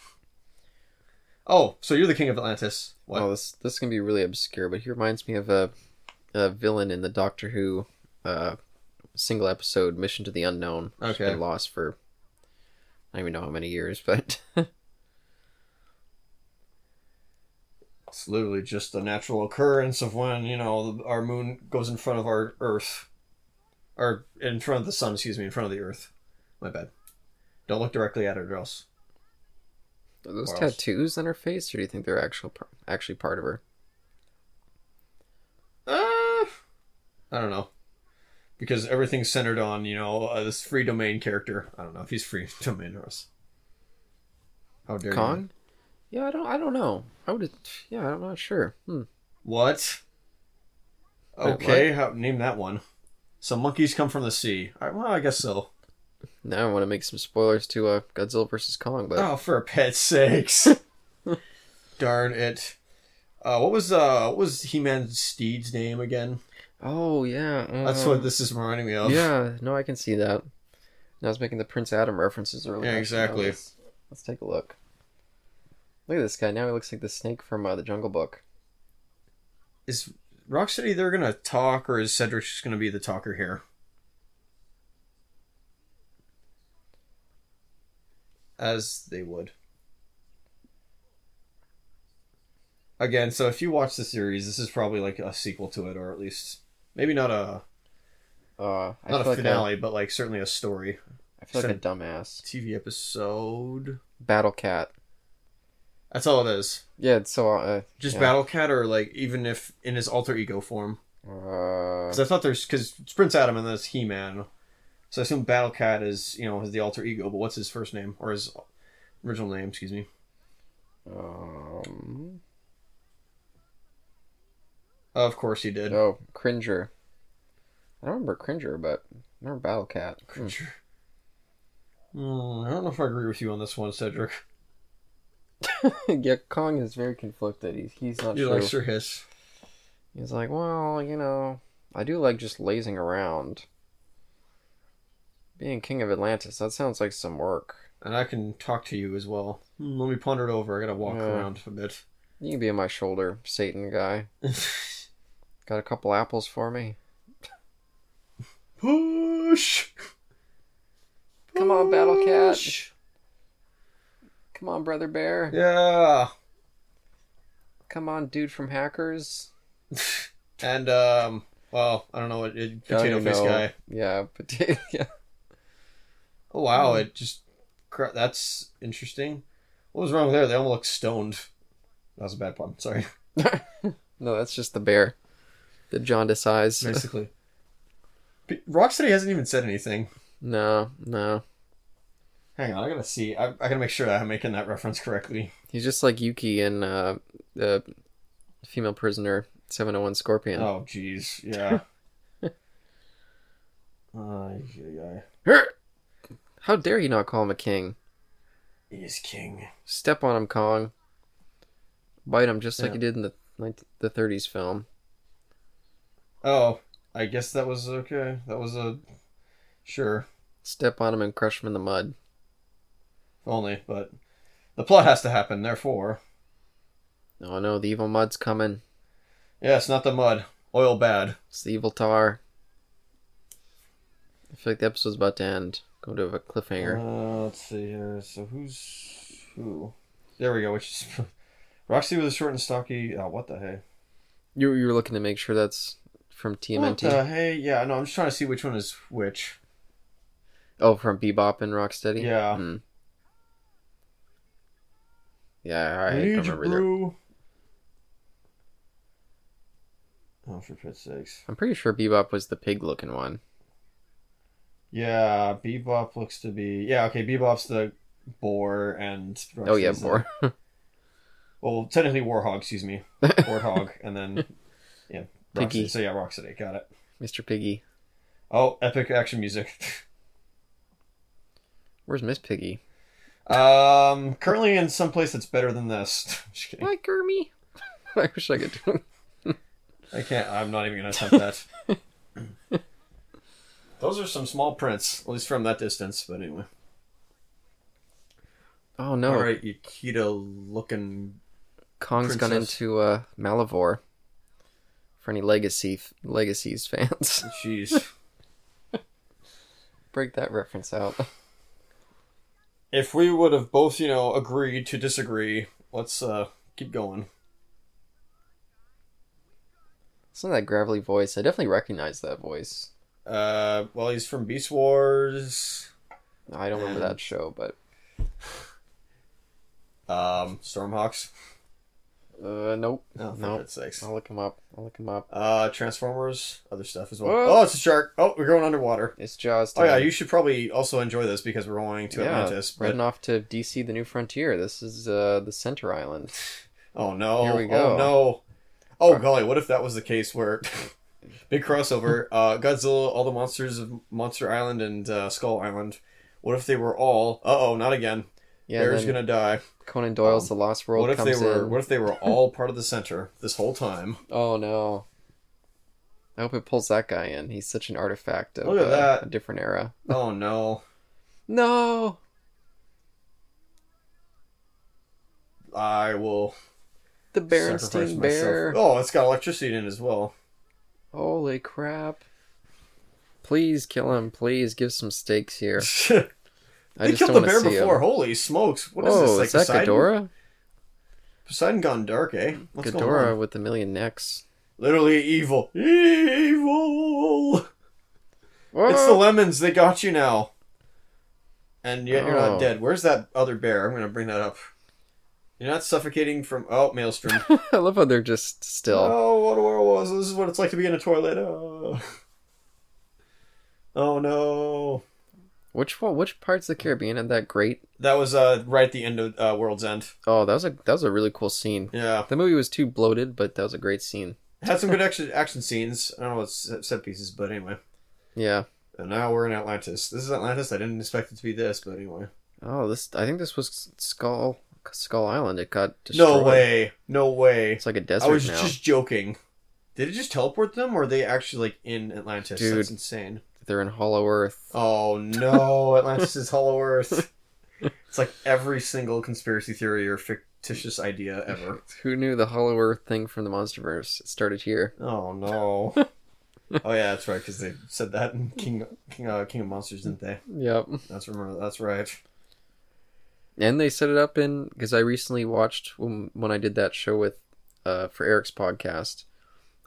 Speaker 1: Oh, so you're the king of Atlantis? What?
Speaker 2: Oh, this this is gonna be really obscure, but he reminds me of a, a villain in the Doctor Who, uh, single episode Mission to the Unknown. which has
Speaker 1: Okay.
Speaker 2: been lost for I don't even know how many years, (laughs) but
Speaker 1: It's literally just the natural occurrence of when you know the, our moon goes in front of our Earth, or in front of the sun. Excuse me, in front of the Earth. My bad. Don't look directly at it, or else.
Speaker 2: are those
Speaker 1: Wow.
Speaker 2: tattoos on her face, or do you think they're actual par- actually part of her?
Speaker 1: Uh, I don't know. Because everything's centered on, you know, uh, this free domain character. I don't know if he's free (laughs) domain or us. How dare you.
Speaker 2: Kong? Yeah, I don't I don't know. I would yeah, I'm not sure. Hmm.
Speaker 1: What?
Speaker 2: Wait,
Speaker 1: Okay, how, name that one. Some monkeys come from the sea. I, well, I guess so.
Speaker 2: Now I want to make some spoilers to uh, Godzilla vs Kong, but
Speaker 1: Oh, for a pet's sakes. (laughs) Darn it. Uh, what was uh, what was He-Man's steed's name again?
Speaker 2: oh yeah,
Speaker 1: That's
Speaker 2: um,
Speaker 1: what this is reminding me of.
Speaker 2: Yeah, no, I can see that. And I was making the Prince Adam references earlier.
Speaker 1: Yeah, exactly.
Speaker 2: Let's, let's take a look. Look at this guy. Now he looks like the snake from uh, the Jungle Book.
Speaker 1: Is Rocksteady they're gonna talk, or is Cedric just gonna be the talker here? As they would. Again, so if you watch the series, this is probably like a sequel to it, or at least maybe not a
Speaker 2: Uh, I
Speaker 1: not
Speaker 2: feel
Speaker 1: a
Speaker 2: like
Speaker 1: finale, but like certainly a story
Speaker 2: A, I feel like a
Speaker 1: Fin-
Speaker 2: dumbass.
Speaker 1: TV episode.
Speaker 2: Battle Cat.
Speaker 1: That's all it is.
Speaker 2: Yeah, it's so. Uh,
Speaker 1: Just
Speaker 2: Yeah.
Speaker 1: Battle Cat, or like even if in his alter ego form.
Speaker 2: uh,
Speaker 1: Because I thought there's because it's Prince Adam and then it's He Man, so I assume Battle Cat is you know is the alter ego. But what's his first name or his original name? Excuse me.
Speaker 2: um,
Speaker 1: Of course he did.
Speaker 2: oh, Cringer. I don't remember Cringer, but I remember Battle Cat. Hmm.
Speaker 1: Creature. Hmm, I don't know if I agree with you on this one, Cedric.
Speaker 2: (laughs) yeah, Kong is very conflicted. He's, he's not
Speaker 1: You
Speaker 2: sure.
Speaker 1: like Sir Hiss?
Speaker 2: He's like, well, you know, I do like just lazing around. Being king of Atlantis, that sounds like some work.
Speaker 1: And I can talk to you as well. Hmm, let me ponder it over. I gotta walk
Speaker 2: Yeah.
Speaker 1: around a bit.
Speaker 2: You can be on my shoulder, Satan guy. Got a couple apples for me?
Speaker 1: Push.
Speaker 2: Come on, Battle Cat.
Speaker 1: Push!
Speaker 2: Come on, brother bear.
Speaker 1: Yeah.
Speaker 2: Come on, dude from Hackers.
Speaker 1: And um, well, I don't know what it, potato
Speaker 2: I
Speaker 1: face
Speaker 2: know.
Speaker 1: guy.
Speaker 2: Yeah, (laughs) potato. Yeah.
Speaker 1: Oh wow! It just cra- that's interesting. What was wrong there? They all look stoned. That was a bad pun. (laughs) Sorry.
Speaker 2: No, that's just the bear. The jaundice eyes.
Speaker 1: Basically, P- Rocksteady hasn't even said anything.
Speaker 2: No, no.
Speaker 1: Hang on, I gotta see. I, I gotta make sure that I'm making that reference correctly.
Speaker 2: He's just like Yuki in uh, the female prisoner 701 Scorpion.
Speaker 1: Oh jeez, yeah. (laughs) Ay, ay, ay.
Speaker 2: How dare you not call him a king?
Speaker 1: He is king.
Speaker 2: Step on him, Kong. Bite him just like
Speaker 1: Yeah.
Speaker 2: you did in the ninth- the 30s film.
Speaker 1: Oh, I guess that was okay. That was a sure.
Speaker 2: Step on him and crush him in the mud.
Speaker 1: If only, but the plot has to happen. Therefore,
Speaker 2: Oh no, the evil mud's coming.
Speaker 1: yes, not the mud. Oil bad.
Speaker 2: It's the evil tar. I feel like the episode's about to end. Go to a cliffhanger.
Speaker 1: Uh, let's see here. So who's who? There we go. Which is (laughs) Roxy with a short and stocky. Oh, what the hey?
Speaker 2: You you were looking to make sure that's from
Speaker 1: What uh,
Speaker 2: TMNT.
Speaker 1: the hey? Yeah, no. I'm just trying to see which one is which.
Speaker 2: Oh, from Bebop and Rocksteady.
Speaker 1: Yeah.
Speaker 2: Mm. Yeah, I don't remember either.
Speaker 1: brew. Oh, for Pete's sakes.
Speaker 2: I'm pretty sure Bebop was the pig looking one.
Speaker 1: Yeah, Bebop looks to be. Yeah, okay, Bebop's the boar and.
Speaker 2: oh yeah,
Speaker 1: Roxy's the-
Speaker 2: more. (laughs)
Speaker 1: Well, technically Warhog, excuse me. Warthog, and then. Yeah, Rocksteady.
Speaker 2: Piggy.
Speaker 1: So yeah, Rocksteady. Got it.
Speaker 2: Mr. Piggy.
Speaker 1: Oh, epic action music. (laughs)
Speaker 2: Where's Miss Piggy?
Speaker 1: um, currently in some place that's better than this. (laughs) Just kidding.
Speaker 2: Hi, Gurmy. (laughs) I wish I could do it.
Speaker 1: I can't. I'm not even gonna attempt that. Those are some small prints, at least from that distance. But anyway.
Speaker 2: Oh no.
Speaker 1: All right, Yukita looking.
Speaker 2: Kong's gone
Speaker 1: Princess.
Speaker 2: into uh, Malivore for any legacy f- legacies fans. (laughs)
Speaker 1: Jeez.
Speaker 2: Break that reference out.
Speaker 1: if we would have both, you know, agreed to disagree, let's uh keep going.
Speaker 2: It's not that gravelly voice. I definitely recognize that voice.
Speaker 1: Uh, well, he's from Beast Wars,
Speaker 2: I don't remember
Speaker 1: Um,
Speaker 2: that show, but
Speaker 1: um, Stormhawks.
Speaker 2: uh, nope.
Speaker 1: Oh, for
Speaker 2: No.
Speaker 1: God's sakes.
Speaker 2: I'll look him up. I'll look him up.
Speaker 1: Uh, Transformers, other stuff as well.
Speaker 2: Whoa.
Speaker 1: Oh, it's a shark. Oh, we're going underwater.
Speaker 2: It's Jaws.
Speaker 1: Oh yeah,
Speaker 2: time.
Speaker 1: you should probably also enjoy this because we're going to
Speaker 2: Yeah,
Speaker 1: Atlantis. But
Speaker 2: Heading off to DC, the New Frontier. This is uh, the Center Island.
Speaker 1: oh no,
Speaker 2: Here we go.
Speaker 1: oh no, oh
Speaker 2: Right.
Speaker 1: golly, what if that was the case
Speaker 2: (laughs)
Speaker 1: where big crossover, uh, Godzilla, all the monsters of Monster Island and uh, Skull Island. What if they were all? Uh oh, not again.
Speaker 2: Yeah,
Speaker 1: Bear's
Speaker 2: then
Speaker 1: gonna die.
Speaker 2: Conan Doyle's The Lost World
Speaker 1: What if they
Speaker 2: comes
Speaker 1: were?
Speaker 2: in.
Speaker 1: What if they
Speaker 2: (laughs)
Speaker 1: were all part of the center this whole time?
Speaker 2: Oh no. I hope it pulls that guy in. He's such an artifact of
Speaker 1: Look at
Speaker 2: uh,
Speaker 1: that.
Speaker 2: a different era.
Speaker 1: Oh no!
Speaker 2: No.
Speaker 1: I will.
Speaker 2: The
Speaker 1: sacrifice
Speaker 2: Berenstein
Speaker 1: myself.
Speaker 2: Bear.
Speaker 1: Oh, it's got electricity in it as well.
Speaker 2: Holy crap. Please kill him. Please give some stakes here. I
Speaker 1: (laughs) they
Speaker 2: just
Speaker 1: killed the
Speaker 2: don't
Speaker 1: bear
Speaker 2: want to see
Speaker 1: before.
Speaker 2: him.
Speaker 1: Holy smokes! What is
Speaker 2: Whoa,
Speaker 1: this? Like
Speaker 2: is that
Speaker 1: Poseidon?
Speaker 2: Ghidorah?
Speaker 1: Poseidon gone dark, eh? What's going
Speaker 2: Ghidorah
Speaker 1: on?
Speaker 2: with a million necks.
Speaker 1: Literally evil. Evil.
Speaker 2: Uh-huh. Whoa!
Speaker 1: It's the lemons. They got you now. And yet you're
Speaker 2: Oh.
Speaker 1: not dead. Where's that other bear? I'm gonna bring that up. You're not suffocating from oh maelstrom.
Speaker 2: I love how they're just (laughs) still.
Speaker 1: Oh, what a world was. This is what it's like to be in a toilet. Oh, (laughs) oh no.
Speaker 2: Which one? Which parts of the Caribbean had that great?
Speaker 1: That was uh, right at the end of uh, World's End.
Speaker 2: Oh, that was a that was a really cool scene.
Speaker 1: Yeah.
Speaker 2: The movie was too bloated, but that was a great scene.
Speaker 1: Had some good action, action scenes. I don't know what set set pieces, but anyway.
Speaker 2: Yeah.
Speaker 1: And now we're in Atlantis. This is Atlantis. I didn't expect it to be this, but anyway.
Speaker 2: Oh, this. I think this was Skull Skull Island. It got destroyed.
Speaker 1: No way. No way.
Speaker 2: It's like a
Speaker 1: I
Speaker 2: desert
Speaker 1: was
Speaker 2: now.
Speaker 1: just joking. Did it just teleport them, or are they actually like in Atlantis?
Speaker 2: Dude.
Speaker 1: That's insane.
Speaker 2: They're in Hollow Earth.
Speaker 1: Oh no, (laughs) Atlantis is Hollow
Speaker 2: (laughs)
Speaker 1: Earth. It's like every single conspiracy theory or fictitious idea ever.
Speaker 2: (laughs) Who knew the Hollow Earth thing from the MonsterVerse started here?
Speaker 1: Oh
Speaker 2: (laughs)
Speaker 1: no. oh yeah, that's right. Because they said that in King King, uh, King of Monsters, didn't they?
Speaker 2: Yep.
Speaker 1: That's remember. That's right.
Speaker 2: And they set it up in because I recently watched when, when I did that show with uh, for Eric's podcast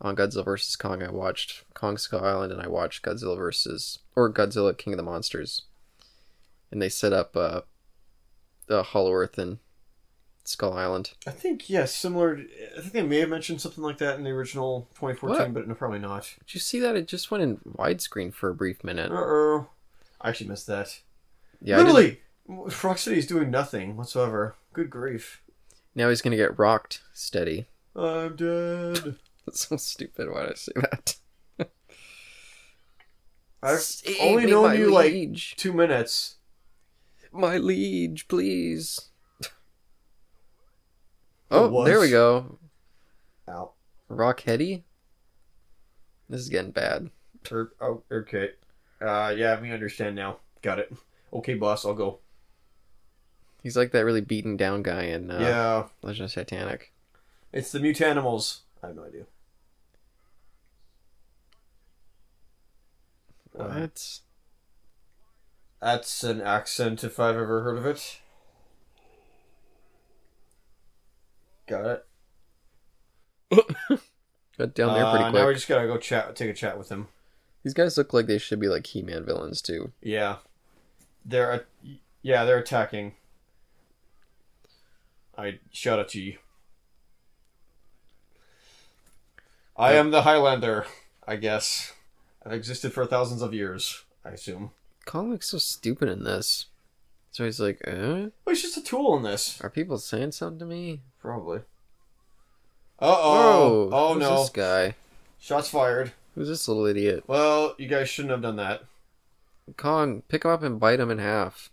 Speaker 2: on Godzilla vs Kong. I watched Kong Skull Island and I watched Godzilla versus or Godzilla King of the Monsters, and they set up uh, the Hollow Earth and Skull Island.
Speaker 1: I think yes, similar. I think they may have mentioned something like that in the original 2014, but no, probably not.
Speaker 2: Did you see that? It just went in widescreen for a brief minute.
Speaker 1: Uh oh. I actually missed that.
Speaker 2: Yeah, I didn't-
Speaker 1: Literally, Rock City is doing nothing whatsoever. Good grief.
Speaker 2: now he's gonna get rocked steady. (laughs)
Speaker 1: I'm dead.
Speaker 2: That's so stupid. Why did I say that? (laughs)
Speaker 1: I've
Speaker 2: Save
Speaker 1: only
Speaker 2: me,
Speaker 1: known
Speaker 2: my
Speaker 1: you like
Speaker 2: liege.
Speaker 1: two minutes.
Speaker 2: My liege, please.
Speaker 1: It
Speaker 2: Oh,
Speaker 1: was.
Speaker 2: there we go.
Speaker 1: Ow.
Speaker 2: Rockheady. This is getting bad.
Speaker 1: Er, oh, okay. Uh, yeah, we understand now. Got it. Okay, boss, I'll go.
Speaker 2: He's like that really beaten down guy in uh,
Speaker 1: Yeah,
Speaker 2: Legend of Titanic.
Speaker 1: it's the mutanimals. I have no idea. Uh,
Speaker 2: What?
Speaker 1: that's an accent if I've ever heard of it. Got it.
Speaker 2: Got down there
Speaker 1: Uh,
Speaker 2: pretty
Speaker 1: Now we
Speaker 2: quick.
Speaker 1: just gotta go chat, take a chat with him.
Speaker 2: These guys look like they should be like He-Man villains too.
Speaker 1: Yeah, they're a- yeah they're attacking. I shout at you. I am the Highlander, I guess. I've existed for thousands of years, I assume.
Speaker 2: Kong looks so stupid in this. So he's like, eh?
Speaker 1: Well, Oh, he's just a tool in this.
Speaker 2: Are people saying something to me?
Speaker 1: Probably. Uh oh.
Speaker 2: Whoa,
Speaker 1: Oh
Speaker 2: who's
Speaker 1: no.
Speaker 2: This guy.
Speaker 1: Shots fired.
Speaker 2: Who's this little idiot?
Speaker 1: Well, you guys shouldn't have done that.
Speaker 2: Kong, pick him up and bite him in half.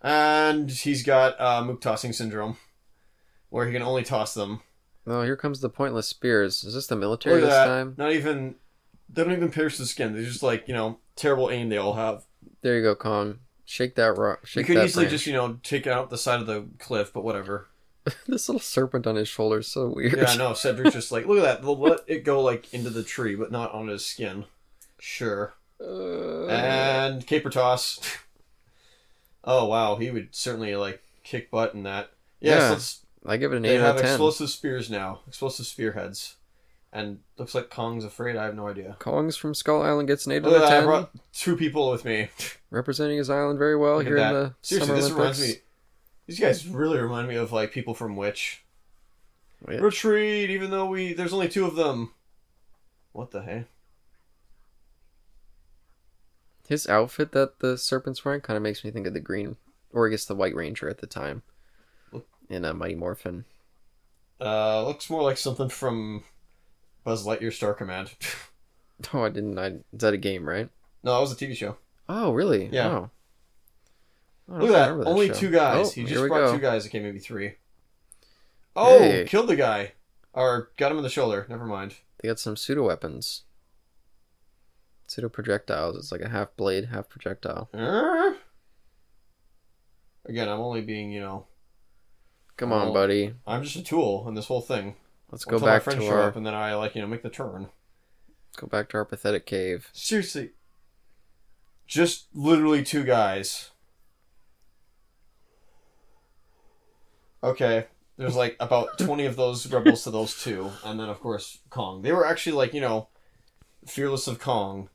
Speaker 1: And he's got uh, mook tossing syndrome, where he can only toss them.
Speaker 2: Oh, here comes the pointless spears. Is this the military
Speaker 1: Look at
Speaker 2: this
Speaker 1: that.
Speaker 2: time?
Speaker 1: Not even. They don't even pierce the skin. They're just like, you know, terrible aim they all have.
Speaker 2: There you go, Kong. Shake that rock.
Speaker 1: You
Speaker 2: Shake
Speaker 1: could
Speaker 2: that
Speaker 1: easily
Speaker 2: branch.
Speaker 1: just, you know, take out the side of the cliff, but whatever.
Speaker 2: (laughs) this little serpent on his shoulder is so weird.
Speaker 1: Yeah, I know. Cedric's just like, look at that. They'll let it go, like, into the tree, but not on his skin. Sure.
Speaker 2: (laughs) Uh,
Speaker 1: And caper toss. (laughs) oh, wow. He would certainly, like, kick butt in that. Yes,
Speaker 2: Yeah.
Speaker 1: let's
Speaker 2: I give it an
Speaker 1: They
Speaker 2: eight
Speaker 1: have
Speaker 2: out of ten.
Speaker 1: explosive spears now, explosive spearheads, and looks like Kong's afraid. I have no idea.
Speaker 2: Kong's from Skull Island gets an eight out
Speaker 1: Look
Speaker 2: of
Speaker 1: at that, I
Speaker 2: ten,
Speaker 1: brought two people with me.
Speaker 2: representing his island very well
Speaker 1: Look at
Speaker 2: here in
Speaker 1: that.
Speaker 2: the
Speaker 1: Seriously,
Speaker 2: Summer
Speaker 1: this
Speaker 2: Olympics.
Speaker 1: reminds me. These guys really remind me of like people from Witch.
Speaker 2: Yeah.
Speaker 1: Retreat, even though we there's only two of them. What the hey?
Speaker 2: His outfit that the serpent's wearing kind of makes me think of the Green, or I guess the White Ranger at the time,
Speaker 1: Hmm.
Speaker 2: in uh, Mighty Morphin. (laughs)
Speaker 1: Uh, looks more like something from Buzz Lightyear Star Command. (laughs)
Speaker 2: Oh, I didn't. I, is that a game, right?
Speaker 1: no, that was a TV show.
Speaker 2: Oh, really?
Speaker 1: Yeah.
Speaker 2: Oh. I don't
Speaker 1: Look at
Speaker 2: remember
Speaker 1: that. Only
Speaker 2: show.
Speaker 1: two guys.
Speaker 2: Oh,
Speaker 1: he
Speaker 2: here
Speaker 1: just
Speaker 2: we
Speaker 1: brought
Speaker 2: go.
Speaker 1: two guys. Okay, maybe three. Oh,
Speaker 2: Hey.
Speaker 1: killed the guy. Or got him in the shoulder. Never mind.
Speaker 2: They got some pseudo weapons. Pseudo projectiles. It's like a half blade, half projectile.
Speaker 1: Err? Again, I'm only being, you know,
Speaker 2: Come on,
Speaker 1: Oh.
Speaker 2: buddy.
Speaker 1: I'm just a tool in this whole thing.
Speaker 2: Let's go
Speaker 1: Until
Speaker 2: back
Speaker 1: my friends
Speaker 2: to
Speaker 1: show
Speaker 2: our
Speaker 1: up and then I like, you know, make the turn.
Speaker 2: go back to our pathetic cave.
Speaker 1: Seriously. Just literally two guys. Okay. There's like about 20 of those rebels to those two. And then, of course, Kong. They were actually like, you know, fearless of Kong.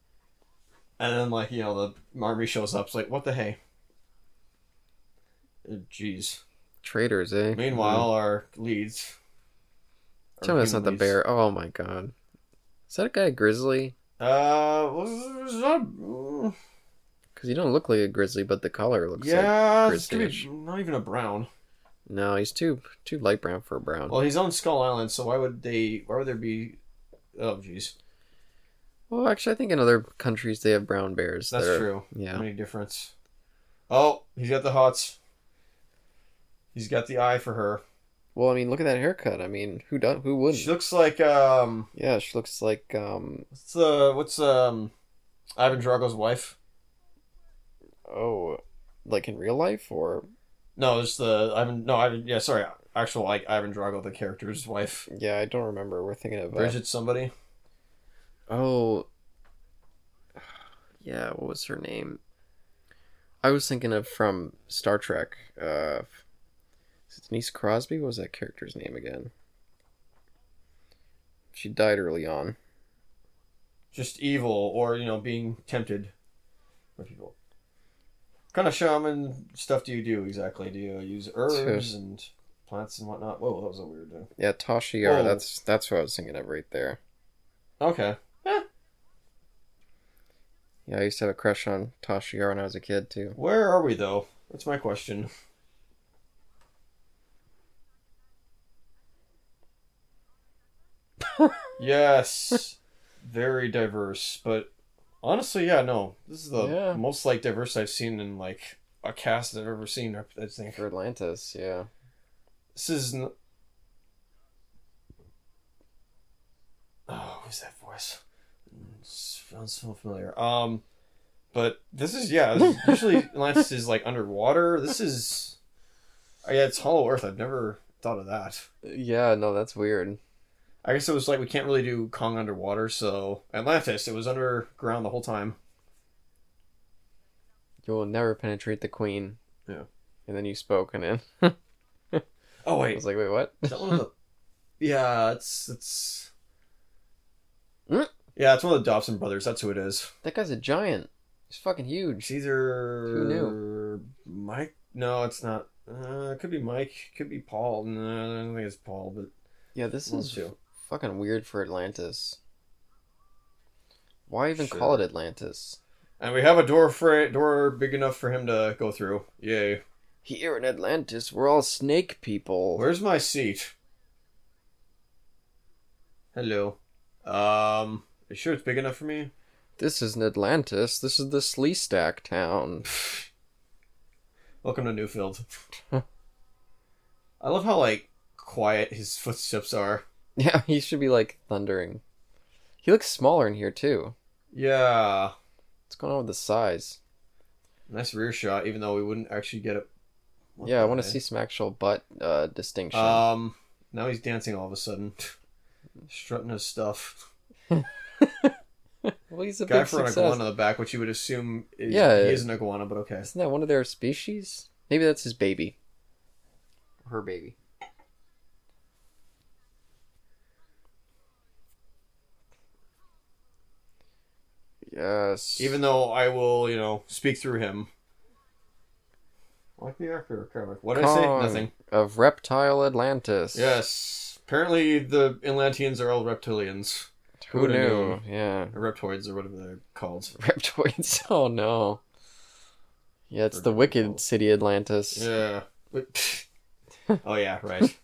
Speaker 1: And then, like, you know, the army shows up. It's like, what the hey? Uh, Jeez.
Speaker 2: Traitors, eh?
Speaker 1: Meanwhile, our leads.
Speaker 2: Mm. tell me that's
Speaker 1: human
Speaker 2: not the
Speaker 1: leads.
Speaker 2: bear. Oh my god. Is that a guy a grizzly?
Speaker 1: Uh, well, it's not-
Speaker 2: Because you don't look like a grizzly, but the color looks like.
Speaker 1: yeah, it's gonna
Speaker 2: Grizzly-ish.
Speaker 1: be not even a brown.
Speaker 2: No, he's too too light brown for a brown.
Speaker 1: Well, he's on Skull Island, so why would they? Why would there be? Oh, jeez,
Speaker 2: Well, actually, I think in other countries they have brown bears.
Speaker 1: that's
Speaker 2: that are-
Speaker 1: true.
Speaker 2: Yeah.
Speaker 1: Any difference? Oh, he's got the hots. He's got the eye for her.
Speaker 2: Well, I mean, look at that haircut. I mean, who do- who wouldn't?
Speaker 1: She looks like um,
Speaker 2: Yeah, she looks like um.
Speaker 1: what's the what's um, Ivan Drago's wife?
Speaker 2: Oh, like in real life or
Speaker 1: No, it's the Ivan. No, Ivan. Yeah, sorry, actual like Ivan Drago, the character's wife,
Speaker 2: yeah, I don't remember. We're thinking of uh,
Speaker 1: Bridget somebody.
Speaker 2: Oh, yeah. What was her name? I was thinking of from Star Trek. Uh, is it Denise Crosby? What was that character's name again? She died early on.
Speaker 1: just evil or you know being tempted by people. What kind of shaman stuff do you do exactly? Do you use herbs and plants and whatnot? Whoa, that was a weird. Thing.
Speaker 2: Yeah, Tasha Yar.
Speaker 1: Oh.
Speaker 2: That's that's what I was thinking of right there.
Speaker 1: Okay,
Speaker 2: Yeah, I used to have a crush on Tasha Yar when I was a kid too.
Speaker 1: where are we though? That's my question. yes, very diverse, but honestly, yeah, no, this is the
Speaker 2: Yeah.
Speaker 1: most like diverse I've seen in like a cast I've ever seen. I I think.
Speaker 2: For Atlantis, yeah.
Speaker 1: This is. N- oh, who's that voice? It sounds so familiar. Um, but this is yeah. this is- usually (laughs) Atlantis is like underwater. This is. Oh, yeah, it's Hollow Earth. I've never thought of that.
Speaker 2: Yeah, no, that's weird.
Speaker 1: I guess it was like we can't really do Kong underwater, so Atlantis. It was underground the whole time.
Speaker 2: You will never penetrate the queen.
Speaker 1: Yeah.
Speaker 2: And then you spoke, and then
Speaker 1: Oh
Speaker 2: I
Speaker 1: wait,
Speaker 2: was like, wait, what? (laughs)
Speaker 1: is that one of the? Yeah, it's it's.
Speaker 2: Hmm?
Speaker 1: Yeah, it's one of the Dobson brothers. That's who it is.
Speaker 2: That guy's a giant. He's fucking huge.
Speaker 1: It's either
Speaker 2: Who
Speaker 1: Mike. No, it's not. Uh, Uh, it could be Mike. Could be Paul. No, I don't think it's Paul, but
Speaker 2: Yeah, this
Speaker 1: one
Speaker 2: is
Speaker 1: too.
Speaker 2: fucking weird for Atlantis. Why even call it Atlantis?
Speaker 1: And we have a door for door big enough for him to go through. Yay!
Speaker 2: Here in Atlantis, we're all snake people.
Speaker 1: Where's my seat? Hello. Um, you sure it's big enough for me?
Speaker 2: This isn't Atlantis. This is the Sleestack town. (laughs)
Speaker 1: Welcome to Newfield. (laughs) I love how like quiet his footsteps are.
Speaker 2: Yeah, he should be like thundering. He looks smaller in here too.
Speaker 1: Yeah,
Speaker 2: What's going on with the size?
Speaker 1: nice rear shot. Even though we wouldn't actually get it. What
Speaker 2: yeah, I
Speaker 1: the
Speaker 2: want to
Speaker 1: heck?
Speaker 2: see some actual butt uh, distinction.
Speaker 1: Um, now he's dancing all of a sudden, (laughs) strutting his stuff.
Speaker 2: well, he's a
Speaker 1: Guy
Speaker 2: big
Speaker 1: for an
Speaker 2: success.
Speaker 1: iguana in the back, which you would assume is,
Speaker 2: Yeah.
Speaker 1: he is an iguana, but okay.
Speaker 2: Isn't that one of their species? Maybe that's his baby. Her baby. Yes.
Speaker 1: Even though I will, you know, speak through him. Like the actor, Kermit. What did I say?
Speaker 2: Kong
Speaker 1: Nothing.
Speaker 2: Of reptile Atlantis.
Speaker 1: Yes. Apparently, the Atlanteans are all reptilians.
Speaker 2: Who,
Speaker 1: Who'da
Speaker 2: knew? Yeah. (laughs)
Speaker 1: Or reptoids, or whatever they're called.
Speaker 2: Reptoids. (laughs) Oh no. Yeah, it's
Speaker 1: Or Dragon
Speaker 2: the
Speaker 1: Ball.
Speaker 2: wicked city Atlantis.
Speaker 1: Yeah. But- (laughs) oh, yeah, right.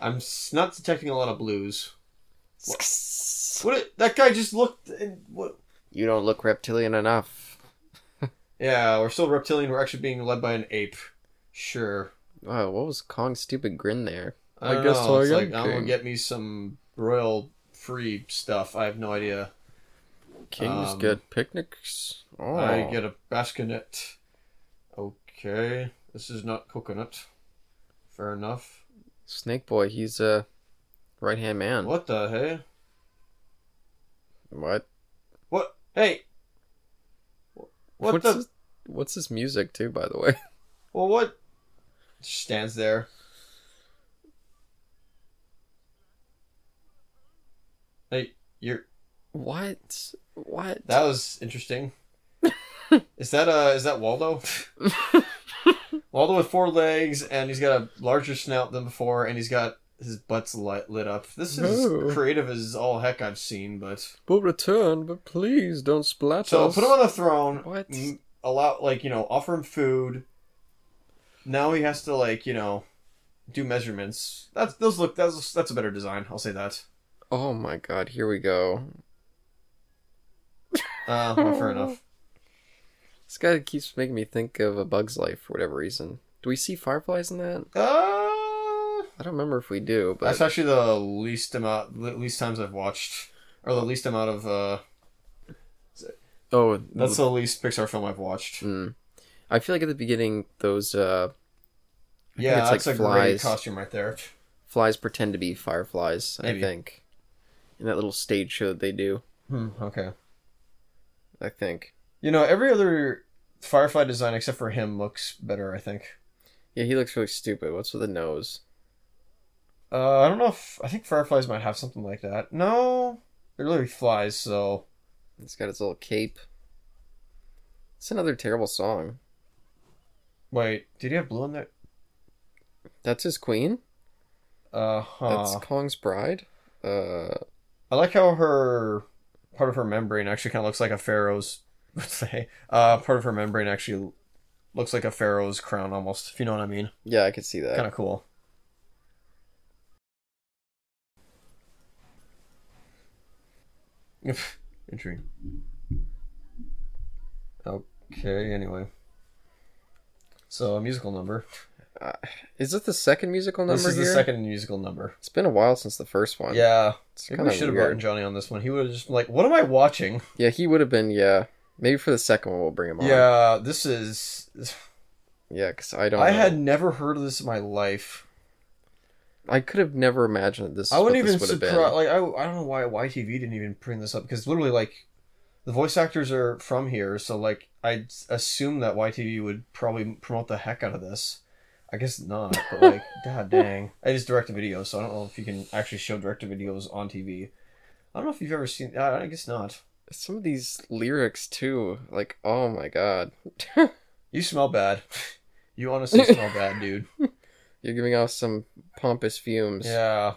Speaker 1: I'm s- not detecting a lot of blues. What? It, that guy just looked. And what?
Speaker 2: You don't look reptilian enough.
Speaker 1: Yeah, we're still reptilian. We're actually being led by an ape. Sure.
Speaker 2: Wow, what was Kong's stupid grin there?
Speaker 1: I,
Speaker 2: I
Speaker 1: don't
Speaker 2: guess
Speaker 1: know. It's
Speaker 2: I
Speaker 1: like,
Speaker 2: am
Speaker 1: I'm gonna
Speaker 2: king.
Speaker 1: get me some royal free stuff. I have no idea.
Speaker 2: Kings
Speaker 1: Um,
Speaker 2: get picnics. Oh,
Speaker 1: I get a bascinet. Okay, this is not coconut. Fair enough.
Speaker 2: Snake Boy. He's a right hand man.
Speaker 1: What the hey?
Speaker 2: What?
Speaker 1: What hey? What
Speaker 2: what's
Speaker 1: the?
Speaker 2: His, what's his music too? By the way, (laughs)
Speaker 1: Well, what? She stands there. Hey, you're.
Speaker 2: what? What? (laughs)
Speaker 1: That was interesting. is that uh? Is that Waldo? (laughs) Waldo with four legs, and he's got a larger snout than before, and he's got his butt's lit, lit up. This is
Speaker 2: No.
Speaker 1: creative as all heck I've seen, but
Speaker 2: But return, but please don't splat
Speaker 1: so
Speaker 2: us.
Speaker 1: put him on the throne.
Speaker 2: What?
Speaker 1: m- Allow like you know offer him food. Now he has to like you know do measurements. That's those look that's that's a better design. I'll say that.
Speaker 2: Oh my God! Here we go.
Speaker 1: Uh, well, fair enough.
Speaker 2: This guy keeps making me think of A Bug's Life for whatever reason. Do we see fireflies in that?
Speaker 1: Uh,
Speaker 2: I don't remember if we do, but
Speaker 1: That's actually the least amount, le- least times I've watched, or the least amount of. uh
Speaker 2: oh,
Speaker 1: That's the least Pixar film I've watched.
Speaker 2: mm. I feel like at the beginning those uh,
Speaker 1: yeah,
Speaker 2: it's
Speaker 1: that's
Speaker 2: like
Speaker 1: a great
Speaker 2: flies.
Speaker 1: costume right there.
Speaker 2: flies pretend to be fireflies.
Speaker 1: Maybe.
Speaker 2: I think in that little stage show that they do.
Speaker 1: Hmm, okay.
Speaker 2: I think.
Speaker 1: You know, every other Firefly design except for him looks better. I think.
Speaker 2: Yeah, he looks really stupid. What's with the nose?
Speaker 1: Uh, I don't know if I think Fireflies might have something like that. No, they're literally flies. So
Speaker 2: It's got his little cape. It's another terrible song.
Speaker 1: wait, did he have blue in there?
Speaker 2: That's his queen.
Speaker 1: Uh
Speaker 2: That's
Speaker 1: huh.
Speaker 2: Kong's bride. Uh,
Speaker 1: I like how her part of her membrane actually kind of looks like a pharaoh's. (laughs) Let's say uh, part of her membrane actually looks like a pharaoh's crown almost. If you know what I mean.
Speaker 2: yeah, I could see that.
Speaker 1: Kind of cool. (laughs) Intriguing. Okay. Anyway. So a musical number.
Speaker 2: Is it the second musical number
Speaker 1: this is
Speaker 2: here?
Speaker 1: the second musical number.
Speaker 2: It's been a while since the first one.
Speaker 1: Yeah,
Speaker 2: it's
Speaker 1: maybe
Speaker 2: kind
Speaker 1: we
Speaker 2: of
Speaker 1: should have
Speaker 2: weird.
Speaker 1: brought in Johnny on this one. He would have just been like, "What am I watching?"
Speaker 2: Yeah, he would have been. Yeah, maybe for the second one we'll bring him on.
Speaker 1: Yeah, this is.
Speaker 2: yeah, because I don't.
Speaker 1: I
Speaker 2: know.
Speaker 1: had never heard of this in my life.
Speaker 2: I could have never imagined that this.
Speaker 1: I wouldn't
Speaker 2: what
Speaker 1: even
Speaker 2: this would have
Speaker 1: surprise.
Speaker 2: been.
Speaker 1: Like I, I don't know why YTV didn't even bring this up because literally like, the voice actors are from here, so like I'd assume that YTV would probably promote the heck out of this. I guess not, but
Speaker 2: (laughs)
Speaker 1: like, god dang, I just direct to video, so I don't know if you can actually show direct to videos on TV. I don't know if you've ever seen. I I guess not.
Speaker 2: Some of these lyrics too. Like, oh my god.
Speaker 1: You smell bad. (laughs) You honestly smell bad,
Speaker 2: (laughs)
Speaker 1: dude.
Speaker 2: You're giving off some pompous fumes.
Speaker 1: Yeah.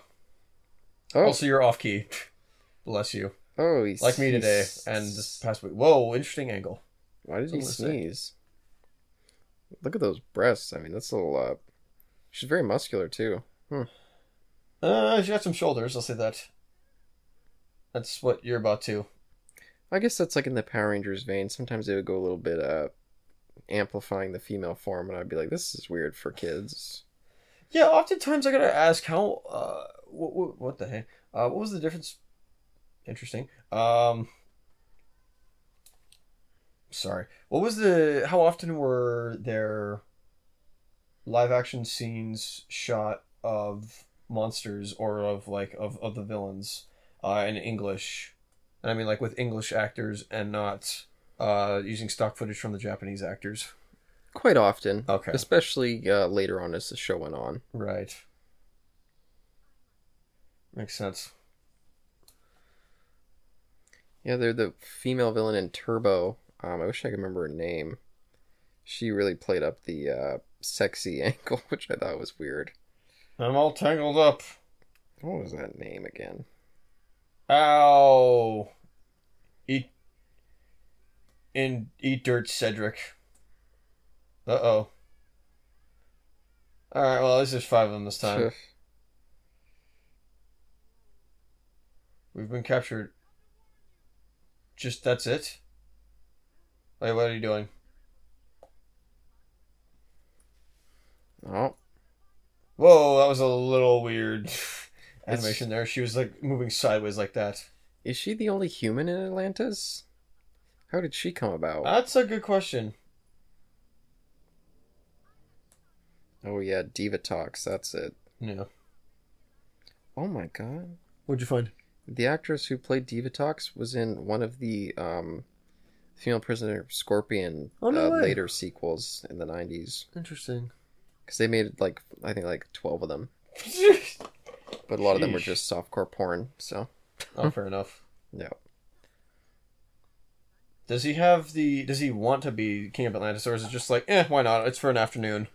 Speaker 2: Oh,
Speaker 1: Also, you're off key. (laughs) Bless you.
Speaker 2: oh, he
Speaker 1: Like me today
Speaker 2: s-
Speaker 1: and this past week. Whoa, interesting angle.
Speaker 2: Why did he
Speaker 1: That's what I'm gonna
Speaker 2: sneeze? Look at those breasts. I mean, that's a little. Uh, she's very muscular too.
Speaker 1: Uh, she got some shoulders. I'll say that. That's what you're about to.
Speaker 2: I guess that's like in the Power Rangers vein. Sometimes they would go a little bit uh, amplifying the female form, and I'd be like, "This is weird for kids."
Speaker 1: Yeah, oftentimes I gotta ask how. Uh, what, what, what the heck? Uh, what was the difference? Interesting. Um, sorry. What was the? How often were there live action scenes shot of monsters or of like of of the villains uh, in English? And I mean, like with English actors and not uh, using stock footage from the Japanese actors.
Speaker 2: Quite often,
Speaker 1: Okay.
Speaker 2: especially uh, later on as the show went on.
Speaker 1: Right. Makes sense.
Speaker 2: Yeah, they're the female villain in Turbo. Um, I wish I could remember her name. She really played up the uh, sexy (laughs) angle, which I thought was weird.
Speaker 1: I'm all tangled up.
Speaker 2: What was that name again?
Speaker 1: Ow. Eat. In eat dirt, Cedric. Uh oh. All right. Well, at least there's five of them this time. We've been captured. Just that's it. Wait, what are you doing?
Speaker 2: Oh,
Speaker 1: Whoa, that was a little weird (laughs) animation there. She was like moving sideways like that.
Speaker 2: is she the only human in Atlantis? How did she come about?
Speaker 1: That's a good question.
Speaker 2: oh yeah, Diva Talks. That's it.
Speaker 1: Yeah.
Speaker 2: Oh my god.
Speaker 1: What'd you find?
Speaker 2: The actress who played Diva Talks was in one of the um, female prisoner Scorpion
Speaker 1: Oh, no
Speaker 2: uh,
Speaker 1: way.
Speaker 2: later sequels in the '90s
Speaker 1: (laughs) Interesting.
Speaker 2: because they made like I think like 12 of them, but a lot of them were
Speaker 1: Sheesh.
Speaker 2: just softcore porn. So
Speaker 1: oh, fair enough.
Speaker 2: no,
Speaker 1: Does he have the? Does he want to be king of Atlantis, or is it just like, eh, why not? It's for an afternoon.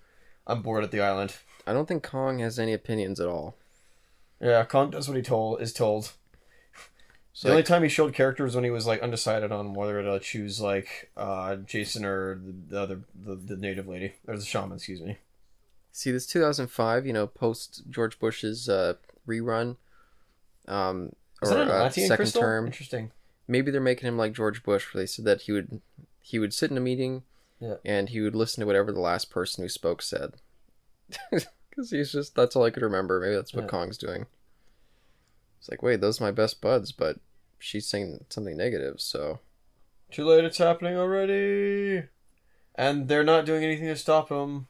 Speaker 1: I'm bored at the island.
Speaker 2: I don't think Kong has any opinions at all.
Speaker 1: Yeah, Kong does what he told is told.
Speaker 2: So
Speaker 1: the only
Speaker 2: like,
Speaker 1: time he showed character was when he was like undecided on whether to choose like uh Jason or the, the other the, the native lady or the shaman, excuse me.
Speaker 2: see this 2005, you know, post George Bush's uh, rerun, um,
Speaker 1: Is
Speaker 2: or
Speaker 1: that an
Speaker 2: uh,
Speaker 1: Atlantean
Speaker 2: second
Speaker 1: crystal?
Speaker 2: term.
Speaker 1: Interesting.
Speaker 2: maybe they're making him like George Bush, where they said that he would he would sit in a meeting,
Speaker 1: Yeah.
Speaker 2: and he would listen to whatever the last person who spoke said, (laughs) because he's just that's all I could remember. Maybe that's what
Speaker 1: Yeah.
Speaker 2: Kong's doing. It's like, wait, those are my best buds, but she's saying something negative, so
Speaker 1: Too late, it's happening already. And they're not doing anything to stop him.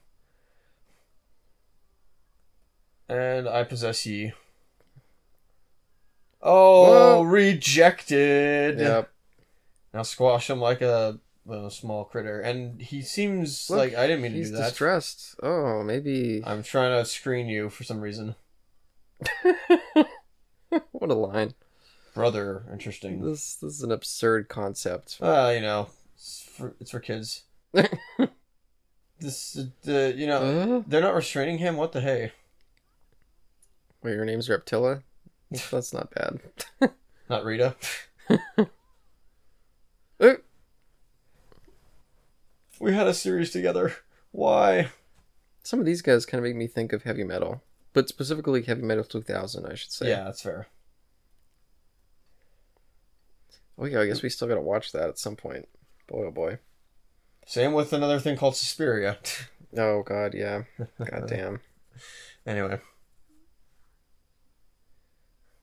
Speaker 1: And I possess ye. Oh,
Speaker 2: Whoa.
Speaker 1: rejected.
Speaker 2: yeah.
Speaker 1: Now squash him like a, well, small critter. And he seems
Speaker 2: Look,
Speaker 1: like I didn't mean to
Speaker 2: He's
Speaker 1: do that.
Speaker 2: distressed. Oh, maybe
Speaker 1: I'm trying to screen you for some reason.
Speaker 2: (laughs) what a line.
Speaker 1: Brother, interesting.
Speaker 2: This this is an absurd concept.
Speaker 1: Well, you know, it's for, it's for
Speaker 2: (laughs)
Speaker 1: kids. this, the, you know,
Speaker 2: Huh?
Speaker 1: they're not restraining him. What the hey?
Speaker 2: Wait, your name's Reptilla? That's not bad.
Speaker 1: Not
Speaker 2: (laughs)
Speaker 1: Rita.
Speaker 2: Uh,
Speaker 1: We had a series together. Why?
Speaker 2: some of these guys kind of make me think of heavy metal, but specifically heavy metal 2000, I should say.
Speaker 1: Yeah, that's fair.
Speaker 2: Oh yeah, I guess we still gotta watch that at some point. Boy oh boy.
Speaker 1: Same with another thing called Suspiria.
Speaker 2: Oh god, yeah. (laughs)
Speaker 1: Uh,
Speaker 2: God damn.
Speaker 1: anyway.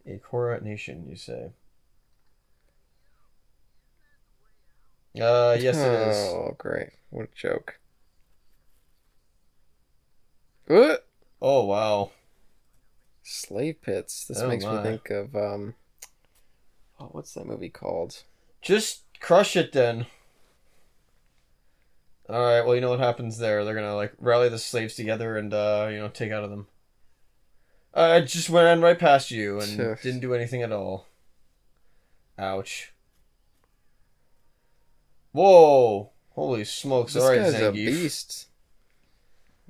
Speaker 1: A Korra nation, you say? Uh, yes, it is.
Speaker 2: Oh great. What a joke. Uh,
Speaker 1: Oh, wow.
Speaker 2: slave pits. This
Speaker 1: Oh,
Speaker 2: makes
Speaker 1: my.
Speaker 2: me think of um. Oh, what's that movie called?
Speaker 1: Just crush it then. Alright, well, you know what happens there. They're gonna, like, rally the slaves together and, uh, you know, take out of them. I just went right past you and
Speaker 2: Sure.
Speaker 1: didn't do anything at all. Ouch. Whoa! Holy smokes.
Speaker 2: This
Speaker 1: Alright,
Speaker 2: guy's a
Speaker 1: Zangief.
Speaker 2: beast.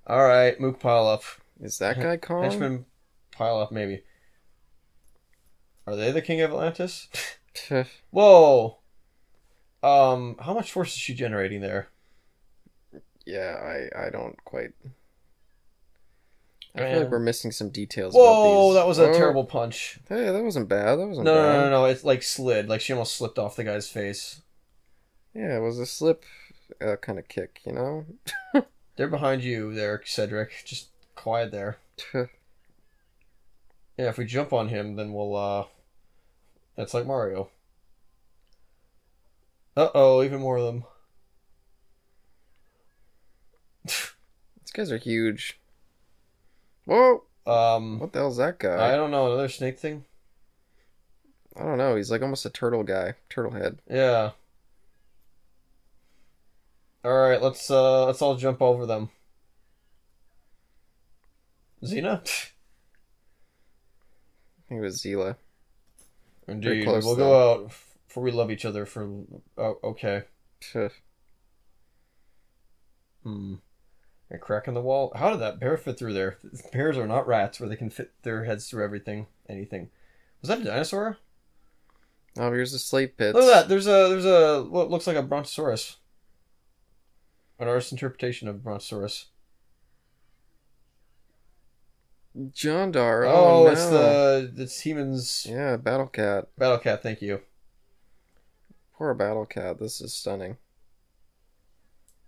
Speaker 1: All right, Mook pile up.
Speaker 2: Is
Speaker 1: (laughs)
Speaker 2: that guy Kong?
Speaker 1: Henchmen pile up, maybe. Are they the king of Atlantis? (laughs)
Speaker 2: Tuh.
Speaker 1: Whoa. Um, how much force is she generating there?
Speaker 2: yeah, I, I don't quite. I feel
Speaker 1: Man.
Speaker 2: like we're missing some details. about
Speaker 1: Whoa,
Speaker 2: these.
Speaker 1: that was a
Speaker 2: Oh,
Speaker 1: terrible punch.
Speaker 2: Hey, that wasn't bad. That
Speaker 1: No,
Speaker 2: wasn't
Speaker 1: no,
Speaker 2: bad.
Speaker 1: no, no, no. It like slid. Like she almost slipped off the guy's face.
Speaker 2: Yeah, it was a slip uh, kind of kick, you know?
Speaker 1: They're behind you there, Cedric. Just quiet there.
Speaker 2: Tuh.
Speaker 1: Yeah, if we jump on him, then we'll, uh. That's like Mario. Uh oh, even more of them.
Speaker 2: These guys are huge. Whoa!
Speaker 1: Um.
Speaker 2: What the hell's that
Speaker 1: I
Speaker 2: guy?
Speaker 1: don't know, another snake thing?
Speaker 2: I don't know. He's like almost a turtle guy, turtle head.
Speaker 1: Yeah. Alright, let's uh let's all jump over them. Xena? (laughs)
Speaker 2: I think it was Zila.
Speaker 1: Indeed.
Speaker 2: close,
Speaker 1: we'll go out for we love each other for oh okay.
Speaker 2: Tuh.
Speaker 1: Hmm. A crack in the wall. How did that bear fit through there? Bears are not rats where they can fit their heads through everything, anything. Was that a dinosaur?
Speaker 2: Oh, here's the slate pits.
Speaker 1: Look at that. There's a there's a what looks like a brontosaurus. An artist's interpretation of brontosaurus.
Speaker 2: John Dar.
Speaker 1: Oh,
Speaker 2: Oh,
Speaker 1: it's
Speaker 2: no.
Speaker 1: the it's Heman's
Speaker 2: Yeah, Battle Cat.
Speaker 1: battle cat. Thank you.
Speaker 2: Poor Battle Cat. This is stunning.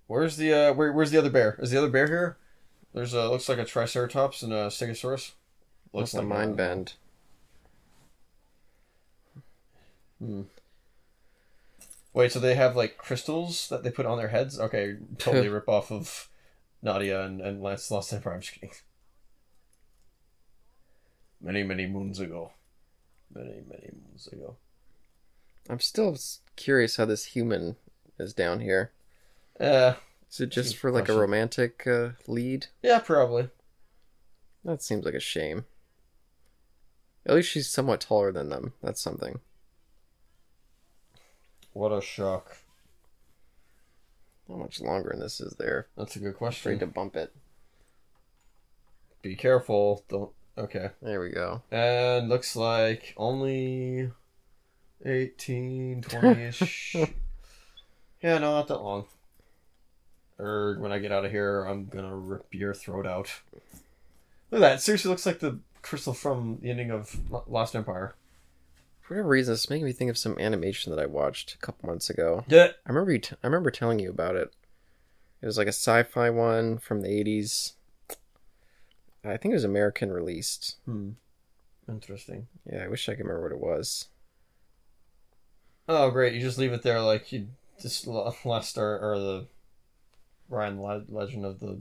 Speaker 1: Where's the uh, where, where's the other bear? Is the other bear here? There's a looks like a triceratops and a stegosaurus.
Speaker 2: What's the mind
Speaker 1: that.
Speaker 2: bend?
Speaker 1: Wait, so they have like crystals that they put on their heads?
Speaker 2: (laughs)
Speaker 1: Okay, totally rip off of Nadia and, and Lance Lost Empire. I'm just kidding. Many many moons ago, many many moons ago.
Speaker 2: I'm still s- curious how this human is down here.
Speaker 1: Yeah,
Speaker 2: Is it just
Speaker 1: Good
Speaker 2: for like a
Speaker 1: question.
Speaker 2: romantic uh, lead?
Speaker 1: yeah, probably.
Speaker 2: That seems like a shame. At least she's somewhat taller than them. That's something.
Speaker 1: What a shock.
Speaker 2: How much longer in this is there?
Speaker 1: That's a good
Speaker 2: Afraid
Speaker 1: question.
Speaker 2: to bump it.
Speaker 1: Be careful. Don't. Okay.
Speaker 2: There we go.
Speaker 1: And looks like only 18, 20 ish. yeah, no, not that long. Erg, when I get out of here, I'm gonna rip your throat out. Look at that. It seriously looks like the crystal from the ending of Lo- Lost Empire.
Speaker 2: For whatever reason, it's making me think of some animation that I watched a couple months ago.
Speaker 1: Yeah.
Speaker 2: I remember you. T- I remember telling you about it. It was like a sci-fi one from the '80s. I think it was American released.
Speaker 1: Hmm. Interesting.
Speaker 2: Yeah, I wish I could remember what it was.
Speaker 1: Oh, great. You just leave it there like you just lo- last star or the Ryan Le- Legend of the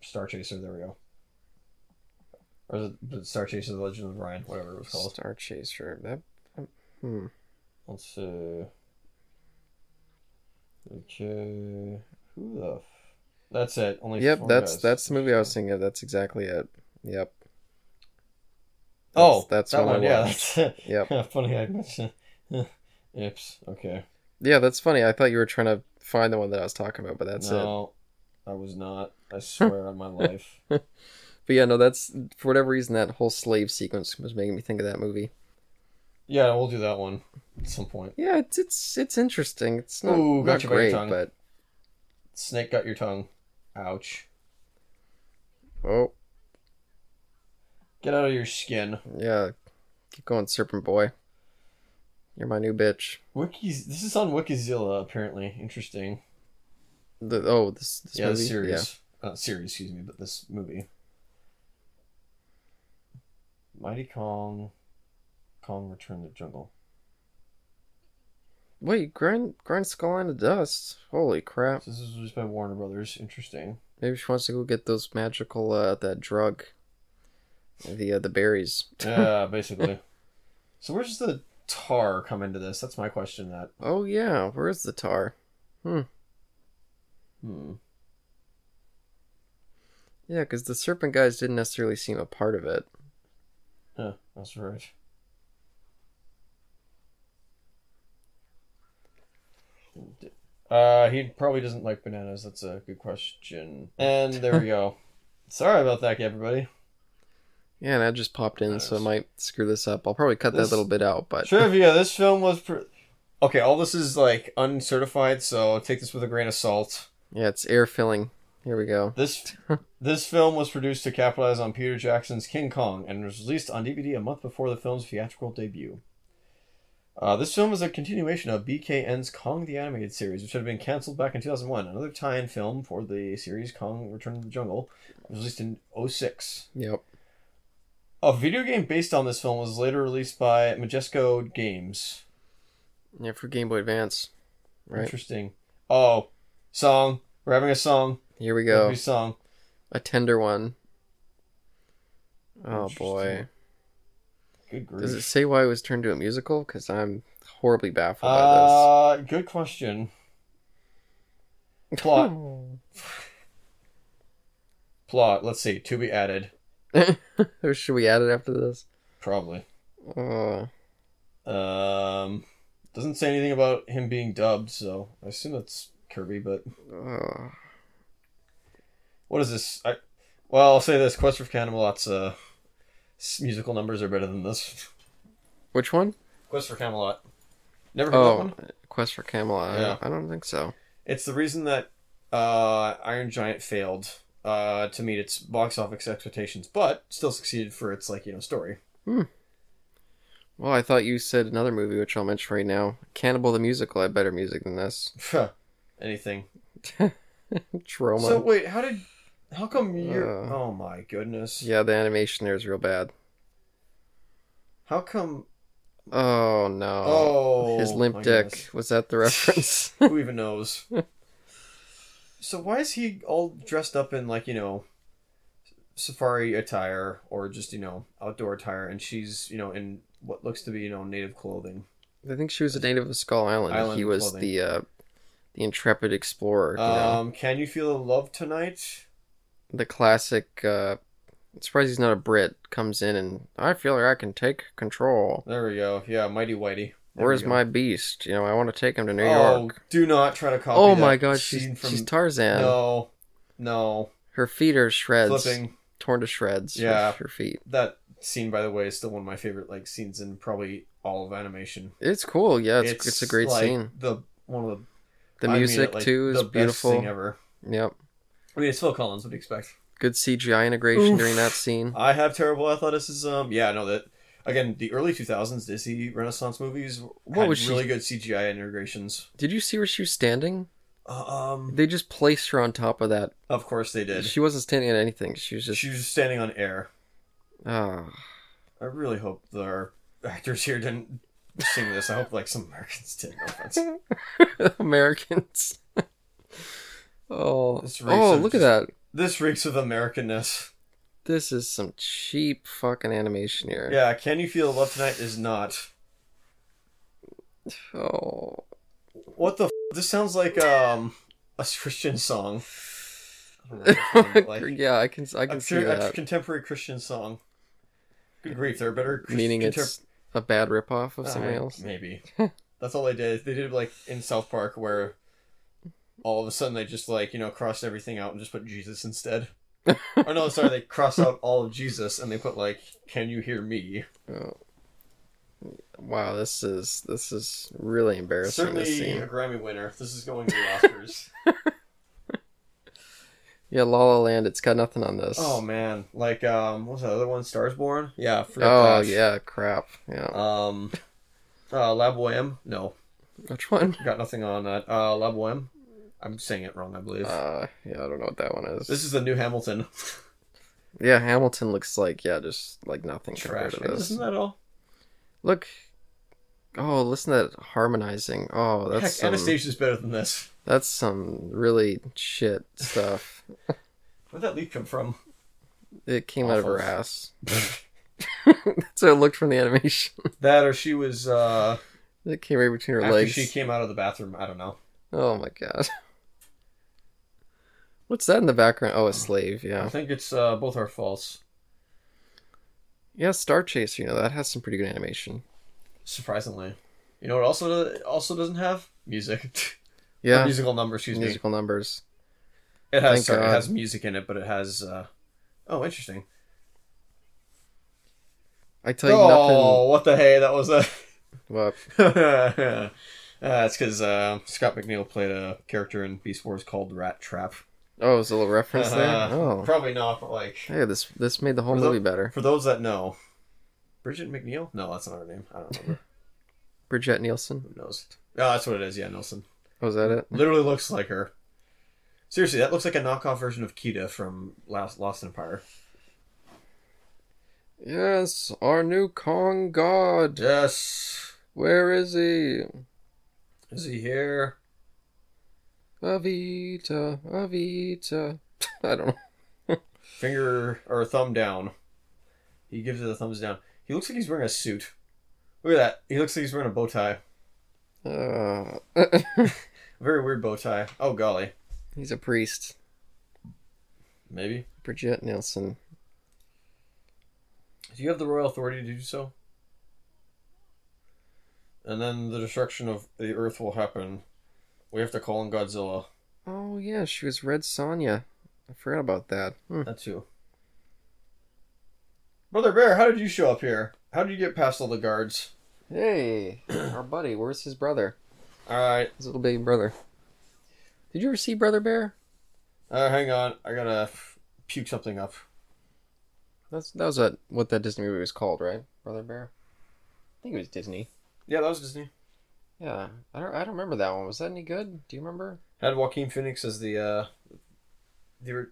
Speaker 1: Star Chaser. There we go. Or is it the Star Chaser, the Legend of Ryan, whatever it was called.
Speaker 2: Star Chaser. That. Hmm.
Speaker 1: Let's see. Okay. Who the? F- that's it. Only.
Speaker 2: Yep,
Speaker 1: four
Speaker 2: that's
Speaker 1: guys.
Speaker 2: that's the movie I was thinking of. That's exactly it. Yep.
Speaker 1: Oh,
Speaker 2: that's, that's
Speaker 1: that
Speaker 2: what
Speaker 1: one.
Speaker 2: I
Speaker 1: Yeah,
Speaker 2: watched.
Speaker 1: that's it. (laughs)
Speaker 2: Yep.
Speaker 1: Funny I mentioned. Ips. Okay.
Speaker 2: Yeah, that's funny. I thought you were trying to find the one that I was talking about, but that's it.
Speaker 1: no, I was not. I swear on my life.
Speaker 2: But yeah, no, that's for whatever reason that whole slave sequence was making me think of that movie.
Speaker 1: Yeah, we'll do that one at some point.
Speaker 2: Yeah, it's it's it's interesting. It's not,
Speaker 1: Ooh,
Speaker 2: not
Speaker 1: gotcha by your
Speaker 2: great,
Speaker 1: tongue.
Speaker 2: but
Speaker 1: Snake got your tongue. Ouch.
Speaker 2: oh
Speaker 1: Get out of your skin.
Speaker 2: yeah, keep going, Serpent Boy. You're my new bitch.
Speaker 1: Wikis. This is on Wikizilla apparently. Interesting.
Speaker 2: The, oh, this, this
Speaker 1: yeah,
Speaker 2: movie.
Speaker 1: the series. Uh, series, excuse me, but this movie. Mighty Kong. Kong Return to Jungle.
Speaker 2: Yeah. Wait, grind grind skull into dust. Holy crap!
Speaker 1: So this is released by Warner Brothers. Interesting.
Speaker 2: Maybe she wants to go get those magical uh that drug. The uh, the berries.
Speaker 1: Yeah, basically. So where's the tar come into this? That's my question. That.
Speaker 2: (laughs) Oh yeah, where's the tar?
Speaker 1: Hmm.
Speaker 2: Yeah, because the serpent guys didn't necessarily seem a part of it.
Speaker 1: Huh, that's right. Uh, he probably doesn't like bananas. That's a good question. And there we go. (laughs) Sorry about that, everybody.
Speaker 2: Yeah, and I just popped in, so I
Speaker 1: Nice.
Speaker 2: might screw this up. I'll probably cut
Speaker 1: This-
Speaker 2: that little bit out, but
Speaker 1: Trivia: This film was. Pr- okay, all this is like uncertified, so take this with a grain of salt.
Speaker 2: yeah, it's air filling. Here we go.
Speaker 1: This this film was produced to capitalize on Peter Jackson's King Kong and was released on DVD a month before the film's theatrical debut. Uh, this film is a continuation of BKN's Kong the Animated Series, which had been canceled back in 2001. Another tie-in film for the series Kong Return to the Jungle was released in 06.
Speaker 2: Yep.
Speaker 1: A video game based on this film was later released by Majesco Games.
Speaker 2: Yeah, for Game Boy Advance. Right.
Speaker 1: Interesting. Oh, song. We're having a song.
Speaker 2: Here we
Speaker 1: Go.
Speaker 2: go.
Speaker 1: song.
Speaker 2: A tender one. Oh boy.
Speaker 1: Interesting. Good grief.
Speaker 2: Does it say why it was turned to a musical? Because I'm horribly baffled (laughs) by
Speaker 1: Uh, good question.
Speaker 2: this.
Speaker 1: plot. Plot. Let's see. To be added.
Speaker 2: or should we add it after this?
Speaker 1: Probably.
Speaker 2: Uh,
Speaker 1: Um, doesn't say anything about him being dubbed, so I assume that's Kirby. But
Speaker 2: uh,
Speaker 1: what is this? I, well, I'll say this: Quest for Camelot's uh, s- musical numbers are better than this. (laughs)
Speaker 2: which one?
Speaker 1: Quest for Camelot. Never heard that
Speaker 2: Oh,
Speaker 1: one.
Speaker 2: Quest for Camelot. I-
Speaker 1: Yeah.
Speaker 2: I don't think so.
Speaker 1: It's the reason that uh, Iron Giant failed uh, to meet its box office expectations, but still succeeded for its like you know story. (laughs)
Speaker 2: Well, I thought you said another movie, which I'll mention right now. Cannibal the Musical had better music than this.
Speaker 1: Anything.
Speaker 2: Trauma.
Speaker 1: So wait, how did? How come you're?
Speaker 2: Uh.
Speaker 1: oh my goodness.
Speaker 2: yeah, the animation there is real bad.
Speaker 1: How come?
Speaker 2: Oh no.
Speaker 1: Oh,
Speaker 2: His
Speaker 1: my
Speaker 2: limp dick.
Speaker 1: goodness.
Speaker 2: Was that
Speaker 1: (laughs)
Speaker 2: the reference?
Speaker 1: Who even knows? so why is he all dressed up in like you know safari attire or just you know outdoor attire, and she's you know in what looks to be you know native clothing?
Speaker 2: I think she was a native of Skull Island.
Speaker 1: Island
Speaker 2: he was
Speaker 1: clothing.
Speaker 2: the uh, the intrepid explorer. You know?
Speaker 1: Um, can you feel the love tonight?
Speaker 2: The classic. Uh, I'm surprised he's not a Brit. Comes in and I feel like I can take control.
Speaker 1: There we go. Yeah, Mighty Whitey. There
Speaker 2: Where's
Speaker 1: we go.
Speaker 2: my beast? You know, I want to take him to New
Speaker 1: oh,
Speaker 2: York.
Speaker 1: do not try to copy.
Speaker 2: Oh
Speaker 1: that
Speaker 2: my God,
Speaker 1: scene
Speaker 2: she's
Speaker 1: from...
Speaker 2: she's Tarzan.
Speaker 1: no, no,
Speaker 2: Her feet are shreds,
Speaker 1: flipping.
Speaker 2: torn to shreds. her-
Speaker 1: Yeah.
Speaker 2: her feet.
Speaker 1: That scene, by the way, is still one of my favorite like scenes in probably all of animation.
Speaker 2: It's cool. Yeah, it's it's, a great
Speaker 1: like,
Speaker 2: scene.
Speaker 1: The one of the
Speaker 2: The
Speaker 1: I mean
Speaker 2: music
Speaker 1: it, like,
Speaker 2: too is
Speaker 1: the best thing
Speaker 2: beautiful.
Speaker 1: ever.
Speaker 2: Yep.
Speaker 1: I mean, it's Phil Collins. What do you expect?
Speaker 2: Good CGI integration
Speaker 1: Oof.
Speaker 2: during that scene.
Speaker 1: I have terrible athleticism. Yeah, I know that. Again, the early 2000s Disney Renaissance movies
Speaker 2: What
Speaker 1: had
Speaker 2: was she-
Speaker 1: really good CGI integrations.
Speaker 2: Did you see where she was standing?
Speaker 1: Um,
Speaker 2: They just placed her on top of that.
Speaker 1: of course they did.
Speaker 2: She wasn't standing on anything. She was just.
Speaker 1: She was just standing on air.
Speaker 2: ah.
Speaker 1: I really hope that our actors here didn't sing this. I hope like some Americans did. No offense.
Speaker 2: (laughs) Americans. oh.
Speaker 1: This race
Speaker 2: Oh,
Speaker 1: of
Speaker 2: look at that.
Speaker 1: just- This reeks of Americanness.
Speaker 2: This is some cheap fucking animation here.
Speaker 1: Yeah, Can You Feel the Love Tonight is not.
Speaker 2: Oh.
Speaker 1: What the f- This sounds like um a (laughs) Christian song. I don't know what I'm saying, but, (laughs)
Speaker 2: (laughs)
Speaker 1: like,
Speaker 2: yeah, I can I can
Speaker 1: a,
Speaker 2: see
Speaker 1: cur- a
Speaker 2: that.
Speaker 1: contemporary Christian song. Good grief, they're better Chris-
Speaker 2: Meaning
Speaker 1: contem-
Speaker 2: it's a bad ripoff of
Speaker 1: Uh,
Speaker 2: something else.
Speaker 1: Maybe.
Speaker 2: (laughs)
Speaker 1: That's all they did. They did like in South Park where all of a sudden they just like, you know, crossed everything out and just put Jesus
Speaker 2: (laughs)
Speaker 1: instead. or no, sorry, they crossed out all of Jesus and they put like, Can you hear me?
Speaker 2: Oh. Wow, this is this is really embarrassing. This
Speaker 1: Certainly a
Speaker 2: scene.
Speaker 1: Grammy winner. This is going to the
Speaker 2: (laughs)
Speaker 1: Oscars.
Speaker 2: Yeah, La La Land. It's got nothing on this.
Speaker 1: oh man. Like um what's the other one? Stars Born? Yeah, forget
Speaker 2: Oh,
Speaker 1: that.
Speaker 2: yeah, crap. Yeah,
Speaker 1: Um uh Lab Wham? No.
Speaker 2: which one?
Speaker 1: Got nothing on that. Uh Lab Wham. I'm saying it wrong, I believe.
Speaker 2: Uh, yeah, I don't know what that one is.
Speaker 1: this is the new
Speaker 2: (laughs)
Speaker 1: Hamilton.
Speaker 2: Yeah, Hamilton looks like yeah, just like nothing
Speaker 1: Trash.
Speaker 2: compared to
Speaker 1: Isn't
Speaker 2: this.
Speaker 1: that all?
Speaker 2: Look, oh, listen to that harmonizing. Oh, that's
Speaker 1: Heck,
Speaker 2: some,
Speaker 1: Anastasia's better than this.
Speaker 2: that's some really shit stuff.
Speaker 1: Where'd that leak come
Speaker 2: (laughs)
Speaker 1: from?
Speaker 2: It came out of her
Speaker 1: Awful.
Speaker 2: ass. (laughs) that's how it looked from the animation.
Speaker 1: That or she was uh
Speaker 2: It came right between her
Speaker 1: after
Speaker 2: legs.
Speaker 1: she came out of the bathroom, I don't know.
Speaker 2: Oh my god. What's that in the background? Oh, a slave.
Speaker 1: I
Speaker 2: Yeah,
Speaker 1: think it's uh both are false.
Speaker 2: yeah. Star Chaser. You know that has some pretty good animation.
Speaker 1: Surprisingly. You know what also also doesn't have? Music. (laughs) Or
Speaker 2: Yeah,
Speaker 1: musical number, excuse
Speaker 2: musical numbers.
Speaker 1: me. It has
Speaker 2: Thank
Speaker 1: sorry, it
Speaker 2: God.
Speaker 1: has music in it, but it has uh Oh, interesting.
Speaker 2: I tell you
Speaker 1: oh, what the hey? That was a. (laughs)
Speaker 2: nothing. Well,
Speaker 1: uh, that's because uh, Scott McNeil played a character in Beast Wars called Rat Trap.
Speaker 2: oh, it's a little reference
Speaker 1: Uh,
Speaker 2: there. Oh,
Speaker 1: Probably not, but like
Speaker 2: hey, this this made the whole
Speaker 1: Was that-
Speaker 2: movie better.
Speaker 1: for those that know, Bridget McNeil. No, that's not her name. I don't remember.
Speaker 2: Bridget Nielsen.
Speaker 1: Who knows? Oh, that's what it is. Yeah, Nelson.
Speaker 2: Oh, is that it?
Speaker 1: Literally looks like her. Seriously, that looks like a knockoff version of Kita from Last Lost Empire.
Speaker 2: Yes, our new Kong god.
Speaker 1: Yes.
Speaker 2: Where is he?
Speaker 1: Is he here?
Speaker 2: Avita, Avita. (laughs) I don't know.
Speaker 1: Finger or thumb down. He gives it a thumbs down. He looks like he's wearing a suit. Look at that. He looks like he's wearing a bow tie.
Speaker 2: Uh, (laughs)
Speaker 1: Very weird bow tie. Oh golly.
Speaker 2: he's a priest.
Speaker 1: Maybe.
Speaker 2: Bridget Nielsen.
Speaker 1: Do you have the royal authority to do so? And then the destruction of the earth will happen. We have to call in Godzilla.
Speaker 2: Oh, yeah, she was Red Sonya. I forgot about that. Hmm.
Speaker 1: That too. Brother Bear, how did you show up here? How did you get past all the guards?
Speaker 2: Hey, (clears throat) our buddy, where's his brother?
Speaker 1: Alright,
Speaker 2: His little baby brother. Did you ever see Brother Bear?
Speaker 1: uh, hang on. I gotta puke something up.
Speaker 2: That's that was a, what that Disney movie was called, right? Brother Bear. I think it was Disney.
Speaker 1: Yeah, that was Disney.
Speaker 2: Yeah, I don't I don't remember that one. Was that any good? Do you remember?
Speaker 1: Had Joaquin Phoenix as the uh the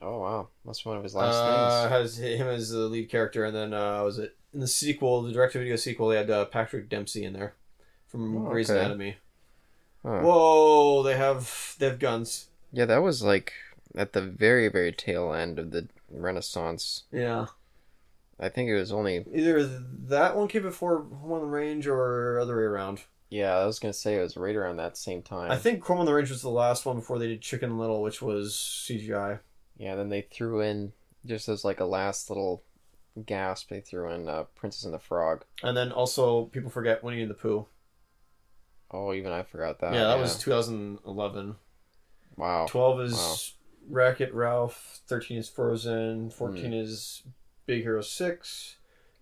Speaker 2: Oh wow, must be one of his last
Speaker 1: uh,
Speaker 2: things.
Speaker 1: has him as the lead character and then uh was it in the sequel, the direct video sequel they had uh, Patrick Dempsey in there from
Speaker 2: Oh,
Speaker 1: Grey's
Speaker 2: okay.
Speaker 1: Anatomy.
Speaker 2: Huh.
Speaker 1: Whoa, they have they have guns.
Speaker 2: Yeah, that was like at the very very tail end of the Renaissance.
Speaker 1: Yeah.
Speaker 2: I think it was only
Speaker 1: Either that one came before Home on the Range or other way around.
Speaker 2: yeah. I was gonna say it was right around that same time.
Speaker 1: I think Home on the Range was the last one before they did Chicken Little, which was CGI.
Speaker 2: Yeah, then they threw in just as like a last little gasp. They threw in uh, Princess and the Frog.
Speaker 1: And then also people forget Winnie and the Pooh.
Speaker 2: Oh, even I forgot that.
Speaker 1: yeah, that was 2011.
Speaker 2: Oh, wow.
Speaker 1: 12 is
Speaker 2: Wow.
Speaker 1: Racket Ralph, 13 is Frozen,
Speaker 2: Hmm.
Speaker 1: 14 is Big Hero 6,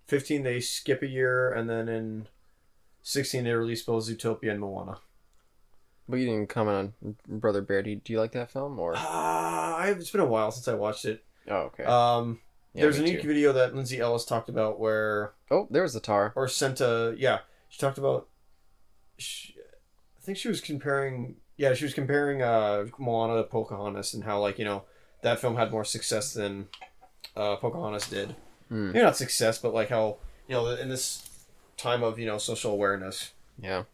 Speaker 1: 15 they skip a year and then in 16 they release both Zootopia and Moana.
Speaker 2: But you didn't comment on Brother Bear. Do you, do you like that film or?
Speaker 1: Ah, I it's been a while since I watched it.
Speaker 2: Oh, okay.
Speaker 1: Um
Speaker 2: Yeah,
Speaker 1: There's a
Speaker 2: me
Speaker 1: unique
Speaker 2: too.
Speaker 1: video that Lindsay Ellis talked about where,
Speaker 2: Oh, there was the tar.
Speaker 1: or sent a, yeah, she talked about, she, I think she was comparing, yeah, she was comparing uh, Moana to Pocahontas and how, like, you know, that film had more success than uh, Pocahontas did.
Speaker 2: Hmm.
Speaker 1: Maybe not success, but like how, you know, in this time of, you know, social awareness,
Speaker 2: Yeah.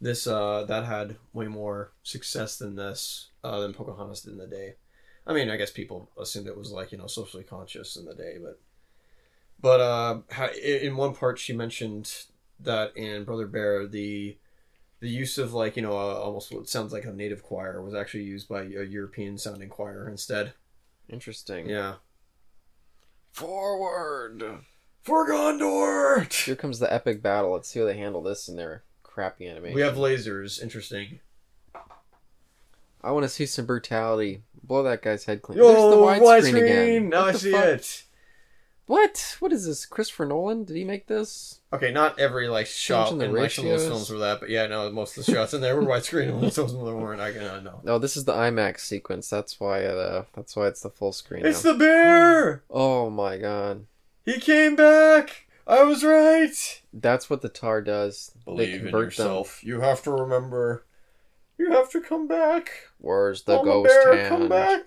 Speaker 1: this, uh, that had way more success than this, uh, than Pocahontas did in the day. I mean, I guess people assumed it was like you know socially conscious in the day, but but uh, ha- i- in one part she mentioned that in Brother Bear the the use of like you know uh, almost what sounds like a native choir was actually used by a European sounding choir instead.
Speaker 2: Interesting.
Speaker 1: Yeah,
Speaker 2: Forward.
Speaker 1: for Gondor,
Speaker 2: Here comes the epic battle. Let's see how they handle this in their crappy animation.
Speaker 1: we have lasers. Interesting.
Speaker 2: I want to see some brutality. Blow that guy's head clean. There's the
Speaker 1: Yo,
Speaker 2: widescreen again.
Speaker 1: Now
Speaker 2: What
Speaker 1: I
Speaker 2: the
Speaker 1: see
Speaker 2: fuck?
Speaker 1: it.
Speaker 2: What? What is this? Christopher Nolan? Did he make this?
Speaker 1: Okay, not every like shot
Speaker 2: Changing
Speaker 1: in
Speaker 2: the
Speaker 1: like some of those
Speaker 2: ratios.
Speaker 1: films were that, but yeah, no, most of the shots in there were widescreen, (laughs) and most of them weren't. I can no.
Speaker 2: No, this is the IMAX sequence. That's why it. Uh, that's why it's the full screen.
Speaker 1: It's
Speaker 2: now.
Speaker 1: the bear.
Speaker 2: Oh my god,
Speaker 1: He came back. I was right.
Speaker 2: that's what the tar does. They
Speaker 1: Believe in
Speaker 2: convert
Speaker 1: yourself. You have to remember. You have to come back.
Speaker 2: Them. Where's the
Speaker 1: Mama
Speaker 2: ghost
Speaker 1: bear, come
Speaker 2: hand?
Speaker 1: back.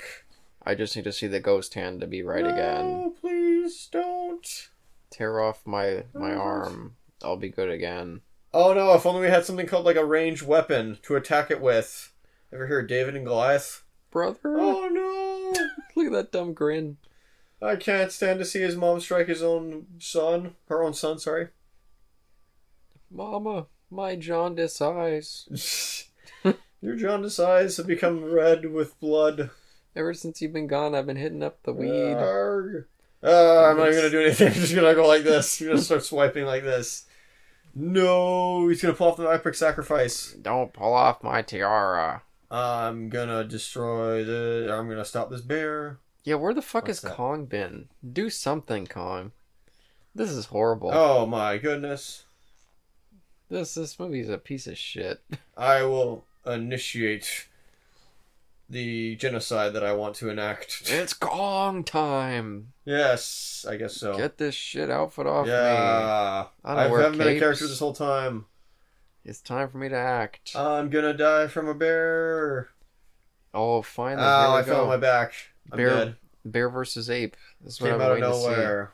Speaker 2: I just need to see the ghost hand to be right
Speaker 1: no,
Speaker 2: again.
Speaker 1: please don't.
Speaker 2: Tear off my my
Speaker 1: No.
Speaker 2: arm. I'll be good again.
Speaker 1: Oh no! If only we had something called like a ranged weapon to attack it with. Ever hear of David and Goliath?
Speaker 2: Brother,
Speaker 1: Oh no!
Speaker 2: look at that dumb grin.
Speaker 1: I can't stand to see his mom strike his own son. Her own son, sorry.
Speaker 2: Mama, my jaundice eyes.
Speaker 1: Your jaundiced eyes have become red with blood.
Speaker 2: Ever since you've been gone, I've been hitting up the weed.
Speaker 1: Uh, Arg. Uh, I'm not even
Speaker 2: Yes.
Speaker 1: gonna do anything. (laughs) I'm just gonna go like this. I'm gonna start swiping like this. No, he's gonna pull off the epic sacrifice.
Speaker 2: Don't pull off my tiara.
Speaker 1: I'm gonna destroy the. I'm gonna stop this bear.
Speaker 2: Yeah, where the fuck
Speaker 1: What's
Speaker 2: has
Speaker 1: that?
Speaker 2: Kong been? Do something, Kong. This is horrible.
Speaker 1: Oh my goodness.
Speaker 2: This this movie is a piece of (laughs) shit.
Speaker 1: I will initiate the genocide that I want to enact.
Speaker 2: It's Kong time.
Speaker 1: yes, I guess so.
Speaker 2: Get this shit outfit off me.
Speaker 1: Oh. yeah.
Speaker 2: I don't
Speaker 1: I
Speaker 2: wear
Speaker 1: haven't been a
Speaker 2: capes.
Speaker 1: character Uh, this whole time.
Speaker 2: It's time for me to act.
Speaker 1: I'm gonna die from a bear.
Speaker 2: oh, finally,
Speaker 1: Ow, uh, I
Speaker 2: here we
Speaker 1: fell
Speaker 2: go.
Speaker 1: on my back. I'm
Speaker 2: Bear-
Speaker 1: dead.
Speaker 2: Bear versus ape. This is what
Speaker 1: Came
Speaker 2: I've
Speaker 1: out of
Speaker 2: been waiting to see.
Speaker 1: nowhere.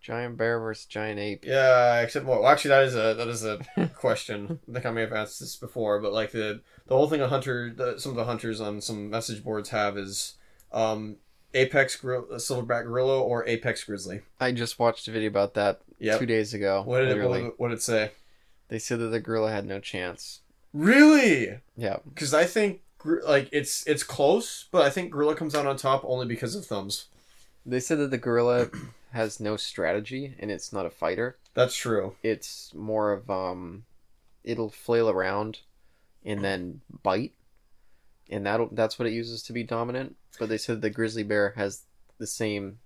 Speaker 2: Giant bear versus giant ape.
Speaker 1: Yeah, except more. Well, actually, that is a that is a
Speaker 2: (laughs)
Speaker 1: question. I think I may have asked this before, but like the the whole thing a hunter, the, some of the hunters on some message boards have is um, apex gor- silverback gorilla or apex grizzly.
Speaker 2: I just watched a video about that
Speaker 1: Yep.
Speaker 2: two days ago.
Speaker 1: What did it, what,
Speaker 2: literally.
Speaker 1: did it- what did it say?
Speaker 2: They said that the gorilla had no chance.
Speaker 1: Really?
Speaker 2: Yeah.
Speaker 1: Because I think gor- like it's it's close, but I think gorilla comes out on top only because of thumbs.
Speaker 2: They said that
Speaker 1: (clears throat)
Speaker 2: the gorilla has no strategy and it's not a fighter.
Speaker 1: That's true.
Speaker 2: It's more of um it'll flail around and then bite. And that'll that's what it uses to be dominant. But they said the grizzly bear has
Speaker 1: (clears throat)
Speaker 2: the same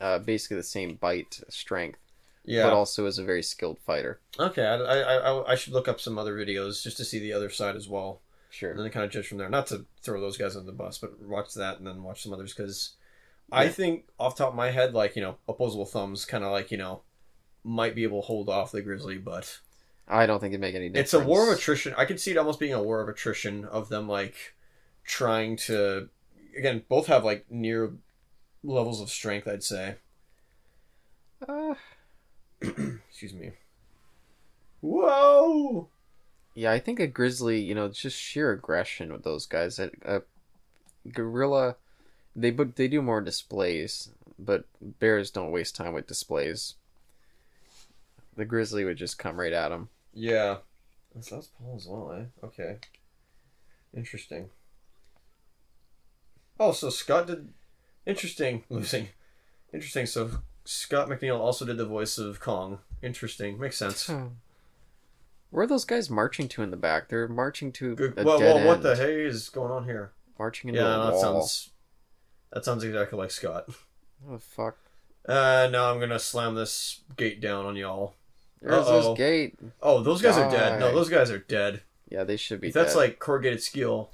Speaker 2: uh, basically the same bite strength,
Speaker 1: Yeah.
Speaker 2: but also is a very skilled fighter.
Speaker 1: Okay, I, I, I, I should look up some other videos just to see the other side as well, and
Speaker 2: Sure.
Speaker 1: then kind of judge from there. Not to throw those guys under the bus, but watch that and then watch some others because I
Speaker 2: Yeah.
Speaker 1: think off the top of my head, like you know, opposable thumbs, kind of like you know, might be able to hold off the grizzly, but
Speaker 2: I don't think it'd make any
Speaker 1: it's
Speaker 2: difference.
Speaker 1: a war of attrition. I could see it almost being a war of attrition of them like trying to again both have like near levels of strength. I'd say.
Speaker 2: Uh,
Speaker 1: Excuse me. Whoa.
Speaker 2: Yeah, I think a grizzly, you know, it's just sheer aggression with those guys. A, a gorilla, they but they do more displays, but bears don't waste time with displays. The grizzly would just come right at them.
Speaker 1: Yeah. That's, that's Paul as well, eh? Okay. Interesting. Oh, so Scott did. Interesting. (laughs) Losing. Interesting. So Scott McNeil also did the voice of Kong. Interesting. Makes sense.
Speaker 2: Where are those guys marching to in the back? They're marching to
Speaker 1: Good.
Speaker 2: a
Speaker 1: Well,
Speaker 2: dead
Speaker 1: well, what the
Speaker 2: end.
Speaker 1: hey is going on here?
Speaker 2: Marching into
Speaker 1: Yeah,
Speaker 2: a
Speaker 1: that
Speaker 2: wall.
Speaker 1: sounds. That sounds exactly like Scott.
Speaker 2: What the fuck?
Speaker 1: Uh, now I'm gonna slam this gate down on y'all.
Speaker 2: There's
Speaker 1: Uh-oh.
Speaker 2: this gate.
Speaker 1: Oh, those guys are dead. No,
Speaker 2: Die.
Speaker 1: those guys are dead.
Speaker 2: Yeah, they should be.
Speaker 1: If that's
Speaker 2: dead.
Speaker 1: like corrugated steel,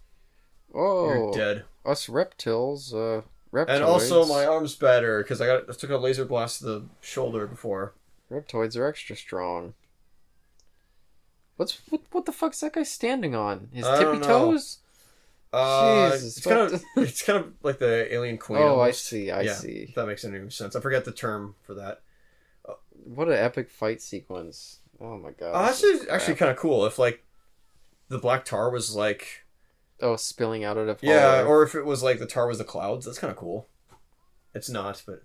Speaker 2: oh,
Speaker 1: you're dead.
Speaker 2: us reptiles, uh, reptoids.
Speaker 1: And also, my arm's better because I got I took a laser blast to the shoulder before.
Speaker 2: Reptoids are extra strong. What's what, what the fuck's that guy standing on? His
Speaker 1: I
Speaker 2: tippy
Speaker 1: don't know.
Speaker 2: toes?
Speaker 1: Uh,
Speaker 2: Jesus,
Speaker 1: it's kind of
Speaker 2: what
Speaker 1: (laughs)
Speaker 2: the-
Speaker 1: it's kind of like the alien
Speaker 2: (laughs)
Speaker 1: queen.
Speaker 2: Oh, I
Speaker 1: almost,
Speaker 2: see, I
Speaker 1: Yeah.
Speaker 2: see.
Speaker 1: If that makes any sense, I forget the term for that.
Speaker 2: What an epic fight sequence. Oh my god.
Speaker 1: Uh,
Speaker 2: this
Speaker 1: that's
Speaker 2: is
Speaker 1: just
Speaker 2: crap.
Speaker 1: actually kind of cool. If like the black tar was like
Speaker 2: Oh, spilling out of
Speaker 1: yeah,
Speaker 2: Apollo.
Speaker 1: or if it was like the tar was the clouds, that's kind of cool. It's not, but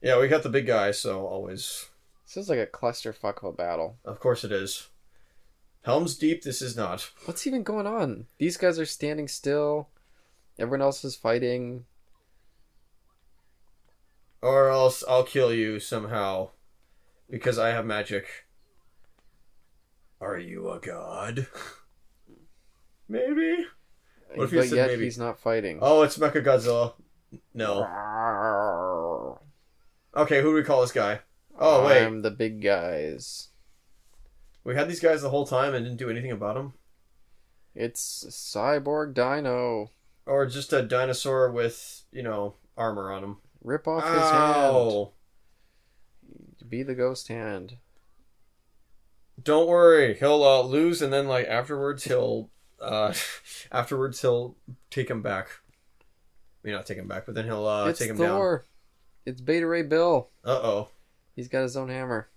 Speaker 1: yeah, we got the big guy, so always
Speaker 2: This is like a clusterfuck of a battle.
Speaker 1: of course it is. Helms deep. This is not.
Speaker 2: What's even going on? These guys are standing still. Everyone else is fighting.
Speaker 1: Or else I'll kill you somehow. Because I have magic. Are you a god? (laughs) Maybe. What if you
Speaker 2: but
Speaker 1: said
Speaker 2: yet
Speaker 1: maybe-
Speaker 2: he's not fighting.
Speaker 1: Oh, it's Mecha Godzilla. No. Okay, who do we call this guy? Oh, wait.
Speaker 2: I'm the big guys.
Speaker 1: We had these guys the whole time and didn't do anything about them?
Speaker 2: It's Cyborg Dino.
Speaker 1: Or just a dinosaur with, you know, armor on him?
Speaker 2: Rip off his hand.
Speaker 1: Ow!
Speaker 2: Be the ghost hand.
Speaker 1: Don't worry, he'll uh, lose and then, like, afterwards he'll. Uh, (laughs) afterwards he'll take him back. I mean, not take him back, but then he'll uh,
Speaker 2: it's
Speaker 1: take him down.
Speaker 2: Thor. It's Beta Ray Bill.
Speaker 1: Uh oh.
Speaker 2: He's got his own hammer.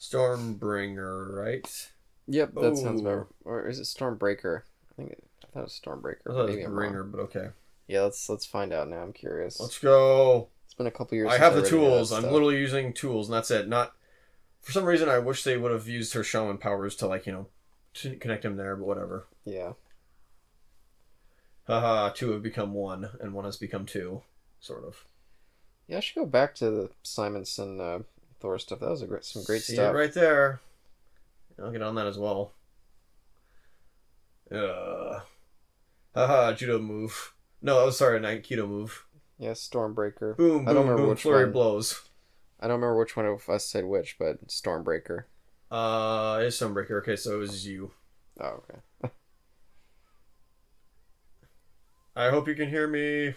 Speaker 1: Stormbringer, right?
Speaker 2: Yep, that sounds
Speaker 1: Ooh.
Speaker 2: about. Or is it Stormbreaker? I think it, I thought it was Stormbreaker.
Speaker 1: I
Speaker 2: but
Speaker 1: thought it
Speaker 2: maybe
Speaker 1: was
Speaker 2: I'm
Speaker 1: Bringer,
Speaker 2: wrong.
Speaker 1: but okay.
Speaker 2: Yeah, let's let's find out now. I'm curious.
Speaker 1: Let's go.
Speaker 2: It's been a couple years.
Speaker 1: I
Speaker 2: since
Speaker 1: have the
Speaker 2: read any of that
Speaker 1: tools. I'm
Speaker 2: stuff.
Speaker 1: literally using tools, and that's it. Not for some reason I wish they would have used her shaman powers to like you know to connect him there, but whatever.
Speaker 2: Yeah,
Speaker 1: Haha, two have become one, and one has become two, sort of.
Speaker 2: yeah. I should go back to the Simonson uh, Thor stuff. That was a great, some great
Speaker 1: See
Speaker 2: stuff.
Speaker 1: it right there. I'll get on that as well. Uh, haha, judo move. No, I'm sorry, an oh, aikido move.
Speaker 2: Yes,
Speaker 1: Boom,
Speaker 2: Stormbreaker.
Speaker 1: boom,
Speaker 2: I don't remember
Speaker 1: boom,
Speaker 2: which
Speaker 1: flurry
Speaker 2: one.
Speaker 1: blows.
Speaker 2: I don't remember which one of us said which, but Stormbreaker.
Speaker 1: Uh, it's Sunbreaker. Okay, so it was you.
Speaker 2: Oh, okay.
Speaker 1: I hope you can hear me.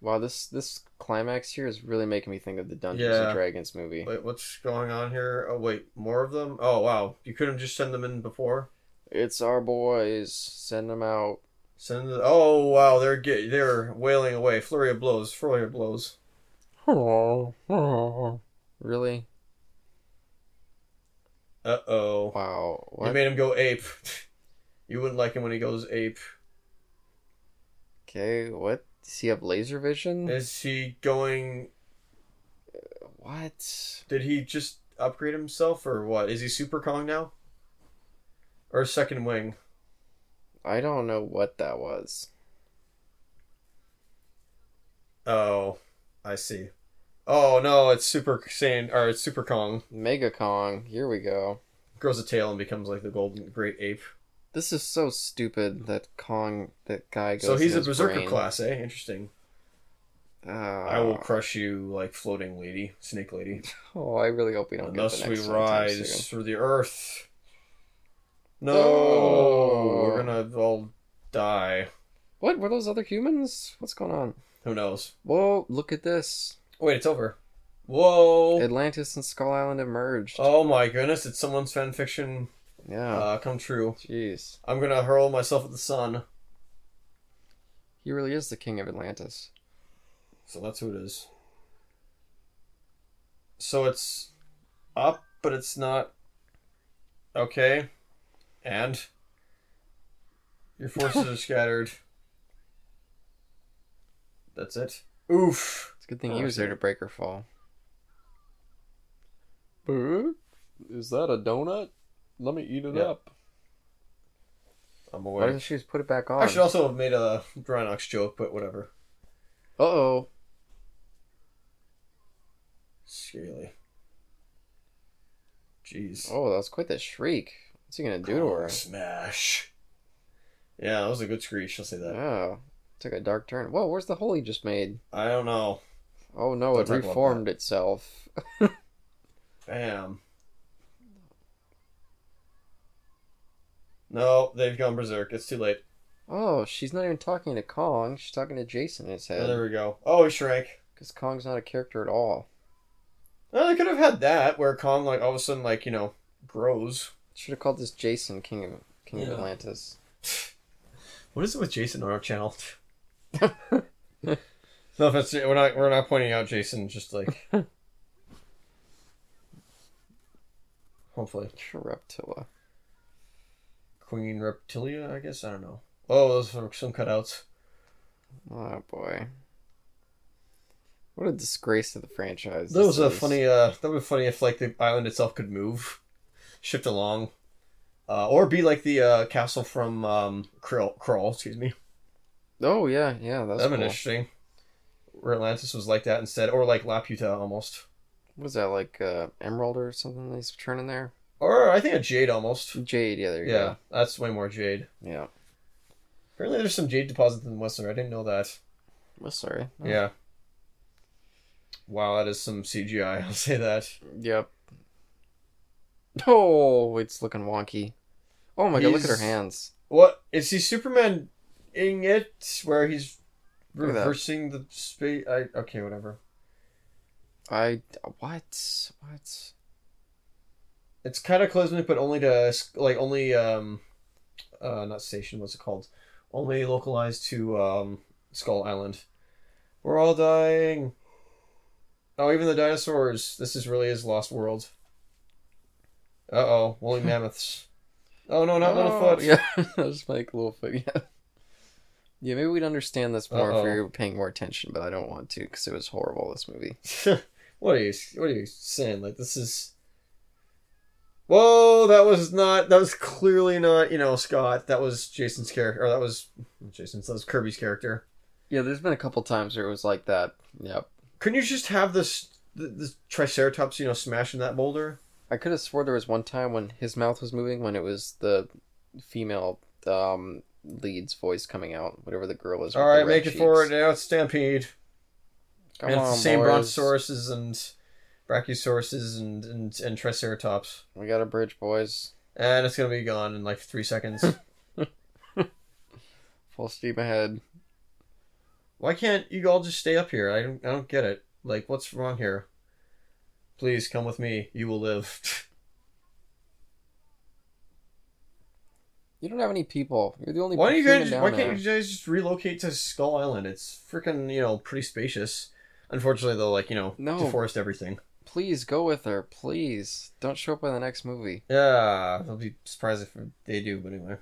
Speaker 2: Wow, this this climax here is really making me think of the Dungeons
Speaker 1: Yeah.
Speaker 2: and Dragons movie.
Speaker 1: Wait, what's going on here? Oh, wait, more of them? Oh, wow. You couldn't just send them in before?
Speaker 2: It's our boys. Send
Speaker 1: (laughs)
Speaker 2: them out.
Speaker 1: Send the... Oh, wow, they're get... they're wailing away. Flurry of blows, flurry of blows.
Speaker 2: Really?
Speaker 1: Uh-oh.
Speaker 2: Wow. What?
Speaker 1: You made him go ape. (laughs) you wouldn't like him when he goes ape.
Speaker 2: okay. What? Does he have laser vision?
Speaker 1: Is he going...
Speaker 2: What?
Speaker 1: Did he just upgrade himself, or what? Is he Super Kong now? Or Second Wing?
Speaker 2: I don't know what that was.
Speaker 1: Oh, I see. Oh, no, it's Super Saiyan... Or it's Super Kong.
Speaker 2: Mega Kong. Here we go.
Speaker 1: Grows a tail and becomes like the golden great ape.
Speaker 2: This is so stupid that Kong, that guy goes.
Speaker 1: So he's
Speaker 2: in
Speaker 1: a
Speaker 2: his
Speaker 1: berserker
Speaker 2: brain.
Speaker 1: class, eh? Interesting.
Speaker 2: Oh.
Speaker 1: I will crush you like floating lady, snake lady.
Speaker 2: Oh, I really hope we don't get the
Speaker 1: Unless
Speaker 2: next
Speaker 1: we
Speaker 2: one anytime soon.
Speaker 1: rise through the earth. No,
Speaker 2: Oh.
Speaker 1: we're gonna all die.
Speaker 2: What were those other humans? What's going on?
Speaker 1: Who knows?
Speaker 2: Whoa! Look at this.
Speaker 1: Wait, it's over. Whoa!
Speaker 2: Atlantis and Skull Island have merged.
Speaker 1: oh my goodness! It's someone's fan fiction
Speaker 2: Yeah.
Speaker 1: uh, come true.
Speaker 2: Jeez.
Speaker 1: I'm gonna hurl myself at the sun.
Speaker 2: He really is the king of Atlantis.
Speaker 1: So that's who it is. So it's up, but it's not. Okay. And?
Speaker 2: (laughs)
Speaker 1: Your forces are scattered. That's it. Oof!
Speaker 2: It's a good thing
Speaker 1: Oh,
Speaker 2: he was there
Speaker 1: shit.
Speaker 2: to break her fall. Is that a donut? Let me eat it
Speaker 1: Yeah.
Speaker 2: up.
Speaker 1: I'm
Speaker 2: Why
Speaker 1: away.
Speaker 2: doesn't she just put it back on?
Speaker 1: I should also have made a Drynox joke, but whatever.
Speaker 2: Uh oh.
Speaker 1: Scaly. Jeez.
Speaker 2: Oh, that was quite the shriek. What's he gonna do to her?
Speaker 1: Oh, Smash. Yeah, that was a good screech, I'll say that.
Speaker 2: Oh. Took a dark turn. Whoa, where's the hole he just made?
Speaker 1: I don't know.
Speaker 2: Oh no,
Speaker 1: Don't
Speaker 2: it
Speaker 1: talk about
Speaker 2: reformed itself. (laughs)
Speaker 1: Bam. No, they've gone berserk. It's too late.
Speaker 2: Oh, she's not even talking to Kong. She's talking to Jason in his
Speaker 1: Oh, there
Speaker 2: head.
Speaker 1: we go. Oh, he shrank.
Speaker 2: Because Kong's not a character at all.
Speaker 1: Well, they could have had that where Kong, like, all of a sudden, like, you know, grows.
Speaker 2: Should have called this Jason King of King of
Speaker 1: Yeah.
Speaker 2: Atlantis.
Speaker 1: What is it with Jason on our channel? no offense, we're not we're not pointing out Jason. Just like, hopefully,
Speaker 2: Reptila.
Speaker 1: Queen Reptilia. I guess I don't know. Oh, those are some cutouts.
Speaker 2: Oh boy. What a disgrace to the franchise.
Speaker 1: That
Speaker 2: this
Speaker 1: was a
Speaker 2: is.
Speaker 1: funny. Uh, that would be funny if like the island itself could move, shift along, uh, or be like the uh, castle from um, Krill, Crawl. Excuse me.
Speaker 2: Oh yeah, yeah, that's
Speaker 1: That'd
Speaker 2: cool.
Speaker 1: been interesting. Where Atlantis was like that instead, or like Laputa almost,
Speaker 2: What was that like uh, Emerald or something he's turning there?
Speaker 1: or I think a jade almost.
Speaker 2: Jade, yeah, there you
Speaker 1: Yeah, that's way more jade.
Speaker 2: go. Yeah.
Speaker 1: Apparently, there's some jade deposits in Western. I didn't know that.
Speaker 2: Well, Oh, sorry.
Speaker 1: Yeah. Wow, that is some CGI. (laughs) I'll say that.
Speaker 2: Yep. Oh, it's looking wonky. Oh my god, look at her
Speaker 1: He's-
Speaker 2: hands.
Speaker 1: What is he Superman in it where he's
Speaker 2: Look at that.
Speaker 1: reversing the space? I okay, whatever.
Speaker 2: I what? What?
Speaker 1: It's cataclysmic, but only to like only um, uh, not station. What's it called? Only localized to um Skull Island. We're all dying. Oh, even the dinosaurs. This is really his lost world. Uh oh,
Speaker 2: (laughs)
Speaker 1: woolly mammoths. Oh no, not
Speaker 2: Oh,
Speaker 1: Littlefoot.
Speaker 2: Yeah, (laughs) that was like Littlefoot. Yeah. Yeah, maybe we'd understand this more
Speaker 1: Uh-oh.
Speaker 2: if we were paying more attention, but I don't want to because it was horrible. This movie.
Speaker 1: (laughs) what are you what are you saying? Like this is Whoa, that was not that was clearly not, you know, Scott. That was Jason's character or that was not Jason's that was Kirby's character.
Speaker 2: Yeah, there's been a couple times where it was like that. Yep.
Speaker 1: Couldn't you just have this th- this triceratops, you know, smashing that boulder?
Speaker 2: I could have swore there was one time when his mouth was moving when it was the female um lead's voice coming out, whatever the girl is. with
Speaker 1: All
Speaker 2: the
Speaker 1: right,
Speaker 2: red
Speaker 1: make it
Speaker 2: cheeks.
Speaker 1: forward now. It's Stampede.
Speaker 2: Come
Speaker 1: and it's
Speaker 2: on,
Speaker 1: the same
Speaker 2: boys.
Speaker 1: brontosauruses and brachiosauruses and, and and triceratops,
Speaker 2: We got a bridge, boys.
Speaker 1: and it's gonna be gone in like three seconds.
Speaker 2: Full steam ahead.
Speaker 1: Why can't you all just stay up here? I don't I don't get it. Like, what's wrong here? Please come with me. You will
Speaker 2: (laughs)
Speaker 1: live.
Speaker 2: You don't have any people. You're the only.
Speaker 1: why don't you
Speaker 2: human
Speaker 1: guys?
Speaker 2: down
Speaker 1: Why can't
Speaker 2: there.
Speaker 1: you guys just relocate to Skull Island? It's freaking you know pretty spacious. Unfortunately, they'll like you know
Speaker 2: No.
Speaker 1: deforest everything.
Speaker 2: Please go with her. Please don't show up in the next movie.
Speaker 1: Yeah, I'll be surprised if they do. But anyway,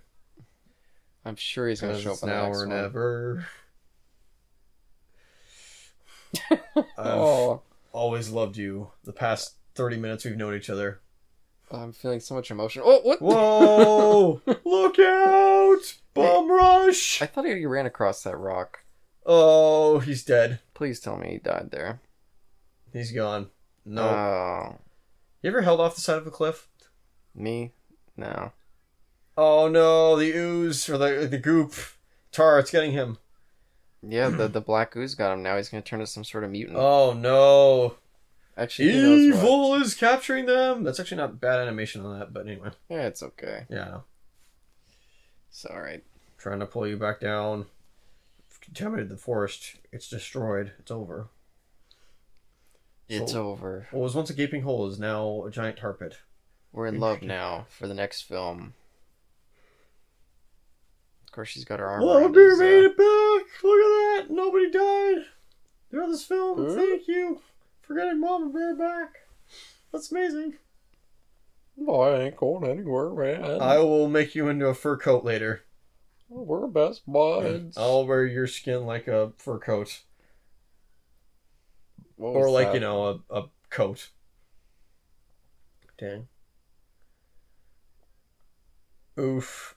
Speaker 2: I'm sure he's gonna show up
Speaker 1: it's
Speaker 2: in the
Speaker 1: now
Speaker 2: next
Speaker 1: or
Speaker 2: one. (laughs)
Speaker 1: never. I've-
Speaker 2: Oh,
Speaker 1: always loved you. The past 30 minutes we've known each other.
Speaker 2: I'm feeling so much emotion. Oh,
Speaker 1: (laughs)
Speaker 2: what?
Speaker 1: Whoa! Look out! Bum rush!
Speaker 2: I thought he ran across that rock.
Speaker 1: Oh, he's dead.
Speaker 2: Please tell me he died there.
Speaker 1: He's gone. No.
Speaker 2: Oh,
Speaker 1: you ever held off the side of a cliff?
Speaker 2: me? No.
Speaker 1: Oh no, the ooze or the the goop. Tar, it's getting him.
Speaker 2: Yeah, the the black ooze got him. Now he's gonna turn into some sort of mutant.
Speaker 1: Oh no.
Speaker 2: Actually, he knows what.
Speaker 1: Evil is capturing them. That's actually not bad animation on that, but anyway.
Speaker 2: Yeah, it's okay.
Speaker 1: Yeah, I know.
Speaker 2: It's all right.
Speaker 1: Trying to pull you back down. Contaminated the forest. It's destroyed. It's over.
Speaker 2: It's
Speaker 1: So-
Speaker 2: over.
Speaker 1: What was once a gaping hole is now a giant tar pit.
Speaker 2: We're in love now for the next film. Of course, she's got her arm.
Speaker 1: Oh,
Speaker 2: around
Speaker 1: we
Speaker 2: his, uh,
Speaker 1: made it back! Look at that! Nobody died! Throughout this film,
Speaker 2: Huh?
Speaker 1: thank you for getting Mama Bear back. That's amazing.
Speaker 2: No, I ain't going anywhere, man.
Speaker 1: I will make you into a fur coat later.
Speaker 2: We're best buds.
Speaker 1: I'll wear your skin like a fur coat.
Speaker 2: What
Speaker 1: Or
Speaker 2: was
Speaker 1: like,
Speaker 2: that?
Speaker 1: you know, a, a coat. Dang. Oof.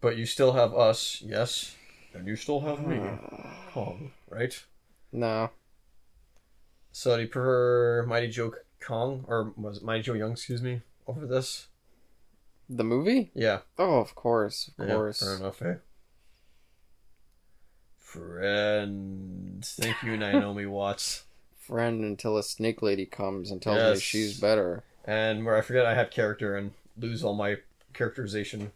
Speaker 1: But you still have us, yes? And you still have me. Kong, right?
Speaker 2: Hmm. No,
Speaker 1: So do you prefer Mighty Joe Kong or was it Mighty Joe Young? Excuse me, over this.
Speaker 2: the movie?
Speaker 1: Yeah,
Speaker 2: Oh, of course, of
Speaker 1: yeah,
Speaker 2: course.
Speaker 1: fair enough. Eh? Friends, thank you, Naomi (laughs) Watts.
Speaker 2: Friend until a snake lady comes and tells me
Speaker 1: Yes.
Speaker 2: she's better.
Speaker 1: And where I forget I have character and lose all my characterization.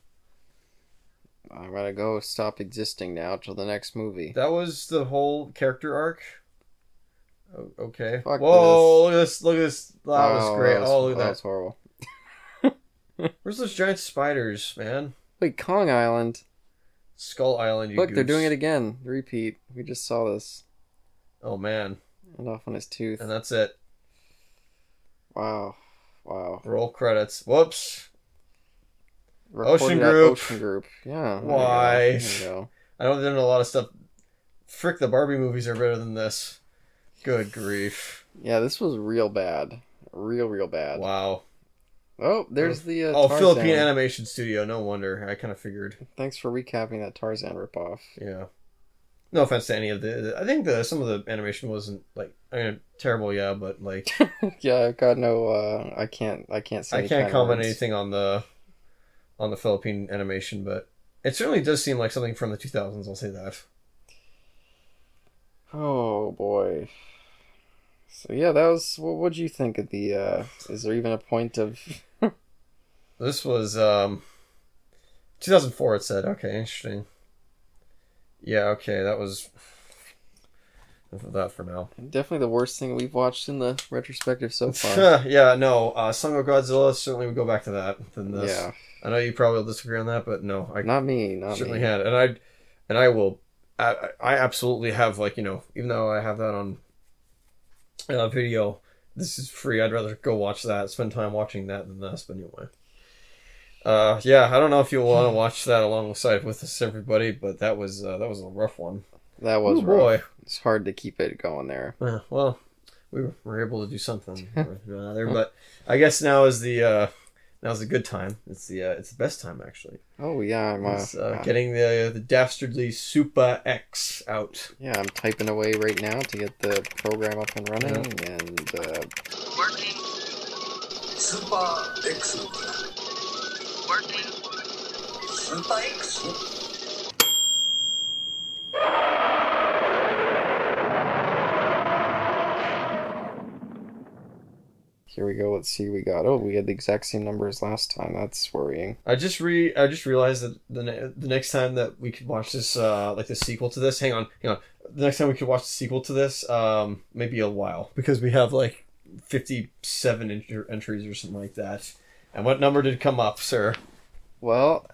Speaker 2: I'm gonna go stop existing now till the next movie.
Speaker 1: That was the whole character arc. O- Okay.
Speaker 2: Fuck
Speaker 1: Whoa! Look at this! Look at this! That was great.
Speaker 2: That was,
Speaker 1: oh, look at
Speaker 2: that
Speaker 1: that!
Speaker 2: was horrible.
Speaker 1: Where's those giant spiders, man?
Speaker 2: Wait, Kong Island.
Speaker 1: Skull Island. You
Speaker 2: Look, they're doing
Speaker 1: goose.
Speaker 2: it again. Repeat. We just saw this.
Speaker 1: Oh man!
Speaker 2: And off on his tooth.
Speaker 1: And that's it.
Speaker 2: Wow. Wow.
Speaker 1: Roll credits. Whoops.
Speaker 2: Recorded at
Speaker 1: Group.
Speaker 2: Ocean Group. Yeah. there you go,
Speaker 1: Why?
Speaker 2: there you go.
Speaker 1: I know they're in a lot of stuff. Frick, the Barbie movies are better than this. Good grief!
Speaker 2: Yeah, this was real bad. Real, real bad.
Speaker 1: Wow.
Speaker 2: Oh, there's the uh,
Speaker 1: Oh,
Speaker 2: Tarzan.
Speaker 1: Philippine Animation Studio. No wonder. I kind of figured.
Speaker 2: Thanks for recapping that Tarzan ripoff. (laughs)
Speaker 1: Yeah. No offense to any of the. I think the some of the animation wasn't like. I mean, terrible. Yeah, but
Speaker 2: (laughs)
Speaker 1: like,
Speaker 2: yeah, I've got no. Uh, I can't. I can't say.
Speaker 1: I
Speaker 2: any
Speaker 1: can't
Speaker 2: kind
Speaker 1: comment
Speaker 2: of words.
Speaker 1: anything on the, on the Philippine animation, but it certainly does seem like something from the 2000s. I'll say that.
Speaker 2: Oh boy. So yeah, that was. What would you think of the? uh Is there even a point of?
Speaker 1: This was um 2004 it said. Okay, interesting. Yeah, okay, that was enough of that for now.
Speaker 2: Definitely the worst thing we've watched in the retrospective
Speaker 1: (laughs)
Speaker 2: so far.
Speaker 1: yeah, no, uh Song of Godzilla certainly would go back to that than this.
Speaker 2: yeah,
Speaker 1: I know you probably will disagree on that, but no, I
Speaker 2: not me. Not
Speaker 1: certainly
Speaker 2: me.
Speaker 1: had. And I and I will I, I I absolutely have like, you know, even though I have that on uh, video, this is free. I'd rather go watch that, spend time watching that than this, but anyway. Uh yeah, I don't know if you'll
Speaker 2: (laughs)
Speaker 1: want to watch that alongside with us everybody, but that was uh, that was a rough one.
Speaker 2: That was
Speaker 1: Ooh,
Speaker 2: rough.
Speaker 1: boy.
Speaker 2: It's hard to keep it going there.
Speaker 1: Uh, well, we were- were able to do
Speaker 2: (laughs)
Speaker 1: something or another, but I guess now is the uh now's a good time. It's the uh, it's the best time actually.
Speaker 2: Oh yeah, I'm. Uh,
Speaker 1: It's, uh,
Speaker 2: uh,
Speaker 1: getting the the dastardly Super X out.
Speaker 2: yeah, I'm typing away right now to get the program up and running, and uh,
Speaker 3: Working,
Speaker 4: Super X.
Speaker 3: working, cars and bikes.
Speaker 2: Here we go. Let's see what we got. Oh, we had the exact same number as last time. That's worrying.
Speaker 1: I just re I just realized that the ne- the next time that we could watch this uh like the sequel to this hang on hang on the next time we could watch the sequel to this um maybe a while because we have like fifty seven enter- entries or something like that. And what number did come up, sir?
Speaker 2: Well,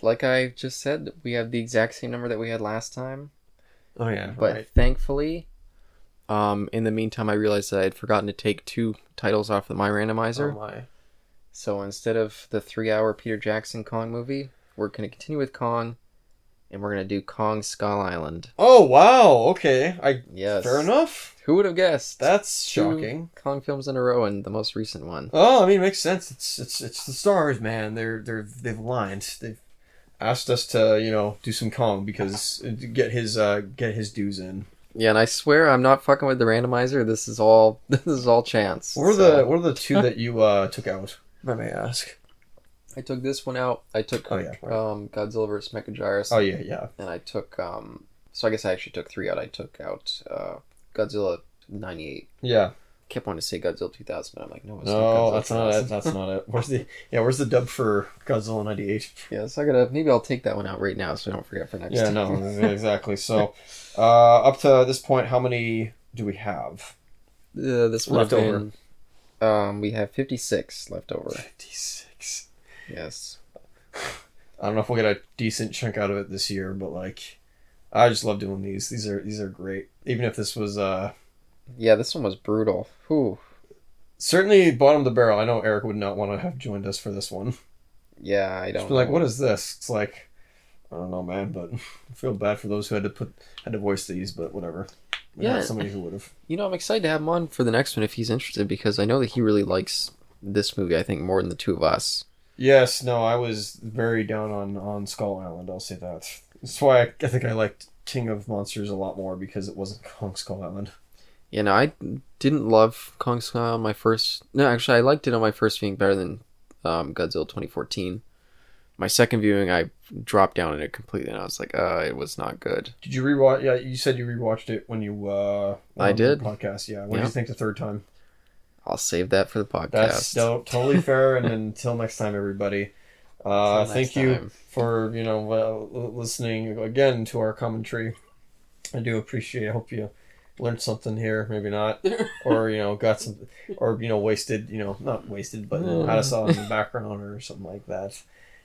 Speaker 2: like I just said, we have the exact same number that we had last time.
Speaker 1: Oh yeah,
Speaker 2: but
Speaker 1: right.
Speaker 2: thankfully um, in the meantime i realized that i had forgotten to take two titles off of my randomizer
Speaker 1: Oh my.
Speaker 2: so instead of the three hour peter jackson kong movie we're going to continue with kong and we're going to do kong skull island
Speaker 1: Oh wow, okay. I
Speaker 2: yes
Speaker 1: fair enough.
Speaker 2: who would have guessed
Speaker 1: That's
Speaker 2: Two
Speaker 1: shocking.
Speaker 2: kong films in a row and the most recent one
Speaker 1: Oh, I mean, it makes sense. It's it's it's the stars, man. They're they're they've aligned. They've asked us to you know do some Kong because to get his uh get his dues in.
Speaker 2: yeah and i swear i'm not fucking with the randomizer this is all (laughs) this is all chance
Speaker 1: What are
Speaker 2: So,
Speaker 1: the what are the two that you uh took out? If I may ask.
Speaker 2: i took this one out i took
Speaker 1: Oh yeah. right.
Speaker 2: um, godzilla vs mechagodzilla
Speaker 1: Oh yeah, yeah.
Speaker 2: and I took um so I guess I actually took three out. I took out uh Godzilla ninety eight.
Speaker 1: Yeah.
Speaker 2: Kept wanting to say Godzilla two thousand, but I'm like, no, it's
Speaker 1: No,
Speaker 2: not Godzilla
Speaker 1: that's not it.
Speaker 2: 2000.
Speaker 1: That's not
Speaker 2: (laughs)
Speaker 1: it. Where's the yeah? Where's the dub for Godzilla '98?
Speaker 2: Yeah, so I gotta maybe I'll take that one out right now so I don't forget for next
Speaker 1: Yeah,
Speaker 2: time.
Speaker 1: no, exactly. So, uh, up to this point, how many do we
Speaker 2: (laughs)
Speaker 1: have?
Speaker 2: (laughs) Uh, this one
Speaker 1: Left over.
Speaker 2: been, um we have fifty six left over.
Speaker 1: Fifty-six.
Speaker 2: Yes.
Speaker 1: I don't know if we'll get a decent chunk out of it this year, but like, I just love doing these. These are these are great. Even if this was uh
Speaker 2: Yeah, this one was brutal. Whew.
Speaker 1: certainly bottom of the barrel. I know Eric would not want to have joined us for this one.
Speaker 2: Yeah, I
Speaker 1: Just
Speaker 2: don't
Speaker 1: be like,
Speaker 2: know.
Speaker 1: what is this? It's like, I don't know, man. But (laughs) I feel bad for those who had to put had to voice these, but whatever. We had
Speaker 2: Yeah.
Speaker 1: somebody who would have.
Speaker 2: You know, I'm excited to have him on for the next one if he's interested because I know that he really likes this movie, I think, more than the two of us.
Speaker 1: Yes, no, I was very down on on Skull Island. I'll say that. That's why I, I think I liked King of Monsters a lot more because it wasn't (laughs) Kong Skull Island.
Speaker 2: You know, I didn't love Kong Skull on my first. No, actually, I liked it on my first viewing better than um, Godzilla 2014. My second viewing, I dropped down in it completely, and I was like, "Uh, it was not good."
Speaker 1: Did you rewatch? Yeah, you said you rewatched it when you. uh
Speaker 2: I
Speaker 1: on the
Speaker 2: did.
Speaker 1: podcast. Yeah. What do
Speaker 2: Yeah.
Speaker 1: you think the third time?
Speaker 2: I'll save that for the podcast.
Speaker 1: That's no, totally fair. and (laughs) until next time, everybody. Uh,
Speaker 2: Until next
Speaker 1: thank you
Speaker 2: time.
Speaker 1: for you know well, l- listening again to our commentary. I do appreciate. it. I hope you learned something here. Maybe
Speaker 2: (laughs)
Speaker 1: not, or you know got some, or you know wasted. You know not wasted, but you
Speaker 2: Mm.
Speaker 1: know, had us on in the background or something like that.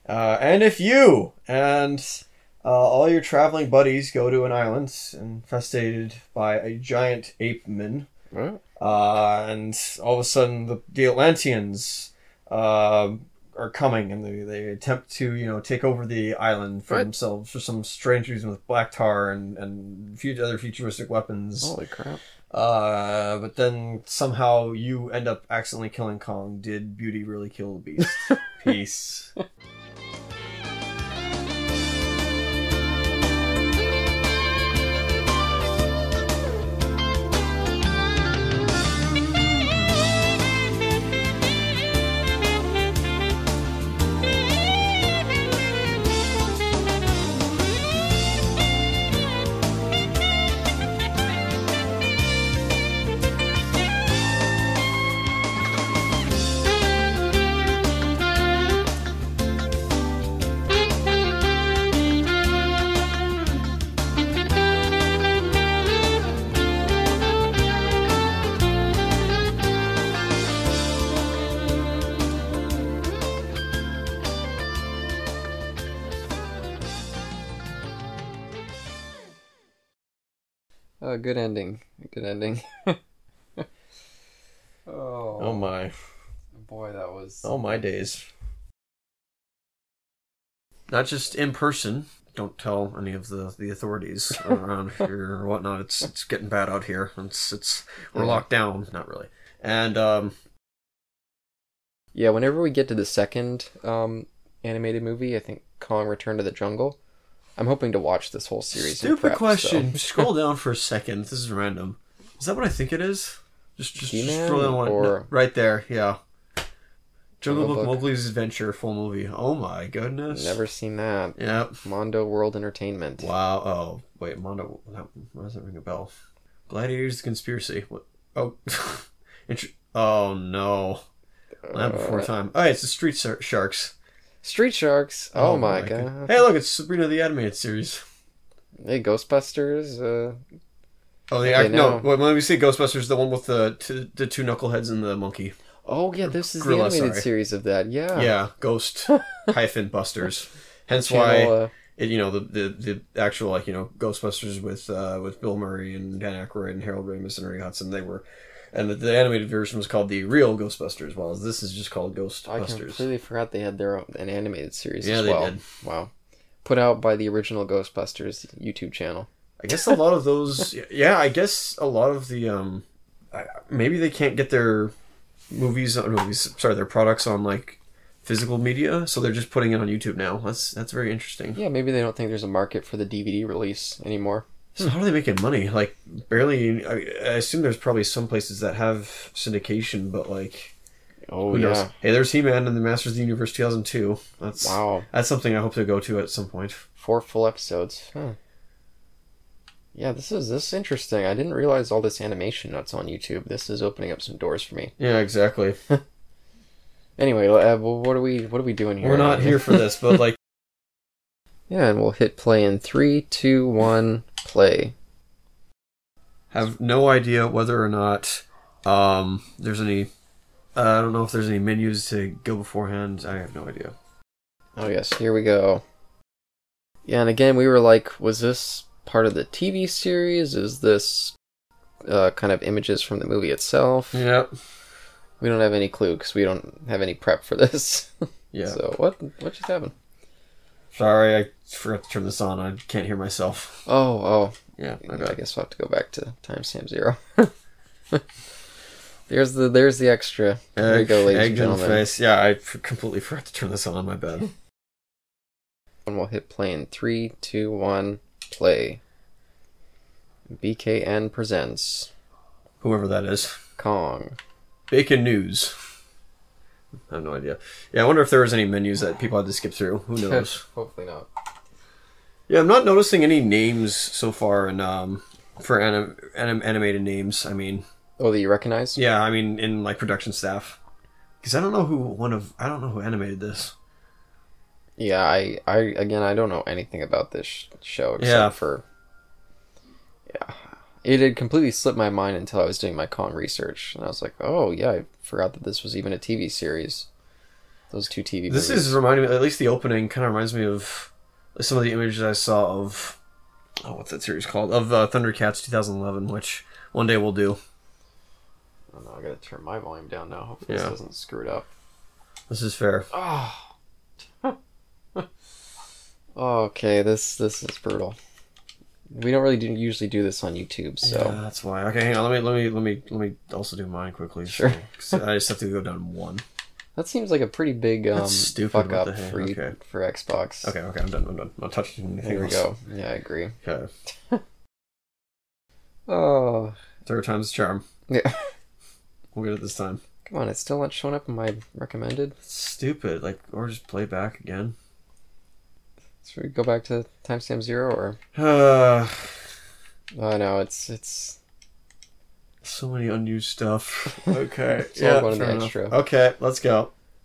Speaker 1: Uh, and if you and uh, all your traveling buddies go to an island infested by a giant ape man,
Speaker 2: Well,
Speaker 1: uh, and all of a sudden the, the Atlanteans uh, are coming and they, they attempt to you know take over the island for
Speaker 2: Right.
Speaker 1: themselves for some strange reason with black tar and and few other futuristic weapons.
Speaker 2: holy crap!
Speaker 1: Uh, but then somehow you end up accidentally killing Kong. Did Beauty really kill the Beast? Peace.
Speaker 2: Uh, good ending. Good ending. (laughs) oh,
Speaker 1: Oh my,
Speaker 2: boy, that was.
Speaker 1: oh my days. Not just in person. Don't tell any of the, the
Speaker 2: (laughs)
Speaker 1: authorities around here or whatnot. It's it's getting bad out here. It's it's we're
Speaker 2: Yeah.
Speaker 1: locked down. Not really. And um,
Speaker 2: Yeah, whenever we get to the second um, animated movie, I think Kong: Return to the Jungle. I'm hoping to watch this whole series. in
Speaker 1: stupid
Speaker 2: prep, so-
Speaker 1: question.
Speaker 2: (laughs)
Speaker 1: Scroll down for a second. This is random. Is that what I think it is? Just just, just
Speaker 2: He-Man
Speaker 1: scroll down one
Speaker 2: or-
Speaker 1: right there. Yeah. Jungle
Speaker 2: Jungle
Speaker 1: Book
Speaker 2: Book.
Speaker 1: Mowgli's Adventure full movie. Oh my goodness.
Speaker 2: Never seen that.
Speaker 1: Yep.
Speaker 2: Mondo World Entertainment.
Speaker 1: Wow. Oh wait, Mondo. That, why does that ring a bell? Gladiators conspiracy. What? Oh. (laughs) Intr- oh no. Not before
Speaker 2: Uh,
Speaker 1: time. Oh, it's the Street Sar- Sharks.
Speaker 2: Street Sharks. Oh, my god.
Speaker 1: goodness. Hey, look, it's Sabrina the animated series.
Speaker 2: Hey, Ghostbusters. Uh,
Speaker 1: Oh, the
Speaker 2: Okay,
Speaker 1: act- no.
Speaker 2: now-
Speaker 1: Wait, when we say Ghostbusters, the one with the t- the two knuckleheads and the monkey.
Speaker 2: oh yeah, this is
Speaker 1: Gorilla,
Speaker 2: the animated
Speaker 1: sorry.
Speaker 2: series of that. Yeah.
Speaker 1: Yeah,
Speaker 2: (laughs)
Speaker 1: Ghost hyphen Busters. Hence why
Speaker 2: Channel, uh,
Speaker 1: it, you know the, the the actual like you know Ghostbusters with uh, with Bill Murray and Dan Aykroyd and Harold Ramis and Ernie Hudson they were, and the, the animated version was called the real Ghostbusters, while this is just called
Speaker 2: I
Speaker 1: Ghostbusters.
Speaker 2: completely forgot they had their own an animated series
Speaker 1: Yeah,
Speaker 2: as
Speaker 1: they
Speaker 2: well.
Speaker 1: did.
Speaker 2: Wow. Put out by the original Ghostbusters YouTube channel.
Speaker 1: I guess a lot of
Speaker 2: (laughs)
Speaker 1: those, yeah, I guess a lot of the um, I- maybe they can't get their movies on movies. Sorry, their products on like physical media, so they're just putting it on YouTube now. That's that's very interesting.
Speaker 2: Yeah, maybe they don't think there's a market for the DVD release anymore.
Speaker 1: So how are they making money? Like barely. I, I assume there's probably some places that have syndication, but like.
Speaker 2: Oh
Speaker 1: Who
Speaker 2: yeah.
Speaker 1: knows? Hey, there's He-Man and the Masters of the Universe 2002. That's
Speaker 2: Wow.
Speaker 1: that's something I hope to go to at some point.
Speaker 2: Four full episodes. Huh. Yeah, this is this is interesting. I didn't realize all this animation that's on YouTube. This is opening up some doors for me.
Speaker 1: Yeah, exactly.
Speaker 2: Anyway, uh, well, what are we what are we doing here?
Speaker 1: We're not here for this, but like,
Speaker 2: (laughs) yeah, and we'll hit play in three, two, one, play.
Speaker 1: have no idea whether or not um there's any. Uh, I don't know if there's any menus to go beforehand. I have no idea.
Speaker 2: Oh yes, here we go. Yeah, and again, we were like, was this part of the TV series? Is this uh, kind of images from the movie itself?
Speaker 1: Yep.
Speaker 2: We don't have any clue because we don't have any prep for (laughs) this.
Speaker 1: Yeah.
Speaker 2: So what what just happened?
Speaker 1: Sorry, I forgot to turn this on. I can't hear myself.
Speaker 2: Oh oh,
Speaker 1: Yeah, my
Speaker 2: I
Speaker 1: bad.
Speaker 2: guess we'll have to go back to timestamp zero. (laughs) there's the there's the extra. There you go, ladies and
Speaker 1: egg in the
Speaker 2: gentlemen.
Speaker 1: face. Yeah, I f- completely forgot to turn this on. My bad.
Speaker 2: And we'll hit play in three, two, one, play. BKN presents
Speaker 1: Whoever that is.
Speaker 2: Kong.
Speaker 1: Bacon news. I have no idea. Yeah, I wonder if there was any menus that people had to skip through.
Speaker 2: (laughs)
Speaker 1: Who knows?
Speaker 2: Hopefully not.
Speaker 1: yeah, I'm not noticing any names so far, and um, for anim- anim- animated names, I mean,
Speaker 2: Oh, that you recognize?
Speaker 1: yeah, I mean in like production staff, because I don't know who one of I don't know who animated this.
Speaker 2: Yeah, I, I, again, I don't know anything about this sh- show except
Speaker 1: Yeah.
Speaker 2: for, yeah, it had completely slipped my mind until I was doing my Kong research, and I was like, oh yeah, I forgot that this was even a TV series. Those two TV.
Speaker 1: This
Speaker 2: movies.
Speaker 1: is reminding me, at least the opening, kind of reminds me of some of the images I saw of oh, what's that series called? Of uh, Thundercats 2011, which one day we'll do.
Speaker 2: Oh, no, I gotta turn my volume down now. Hopefully
Speaker 1: Yeah.
Speaker 2: this doesn't screw it up.
Speaker 1: This is fair.
Speaker 2: Oh. (laughs) okay, this this is brutal. We don't really do, usually do this on YouTube, so.
Speaker 1: Yeah, that's why. Okay, hang on. Let me let me let me let me also do mine quickly.
Speaker 2: Sure.
Speaker 1: So, 'cause I just have to go down one.
Speaker 2: That seems like a pretty big um,
Speaker 1: That's stupid,
Speaker 2: fuck
Speaker 1: what
Speaker 2: up
Speaker 1: the heck,
Speaker 2: for,
Speaker 1: okay.
Speaker 2: for Xbox.
Speaker 1: Okay, okay, I'm done. I'm done. I'm not touching anything.
Speaker 2: There we
Speaker 1: else.
Speaker 2: go. Yeah, I agree. (laughs)
Speaker 1: Okay,
Speaker 2: Oh,
Speaker 1: third time's the charm.
Speaker 2: Yeah.
Speaker 1: We'll get it this time.
Speaker 2: come on! It's still not showing up in my recommended.
Speaker 1: It's stupid. Like, or just play back again. (sighs)
Speaker 2: Should we go back to timestamp zero or?
Speaker 1: Uh,
Speaker 2: Oh no, it's it's.
Speaker 1: so many unused stuff. Okay.
Speaker 2: (laughs) It's all going in the
Speaker 1: fair enough.
Speaker 2: extra.
Speaker 1: Okay, let's go.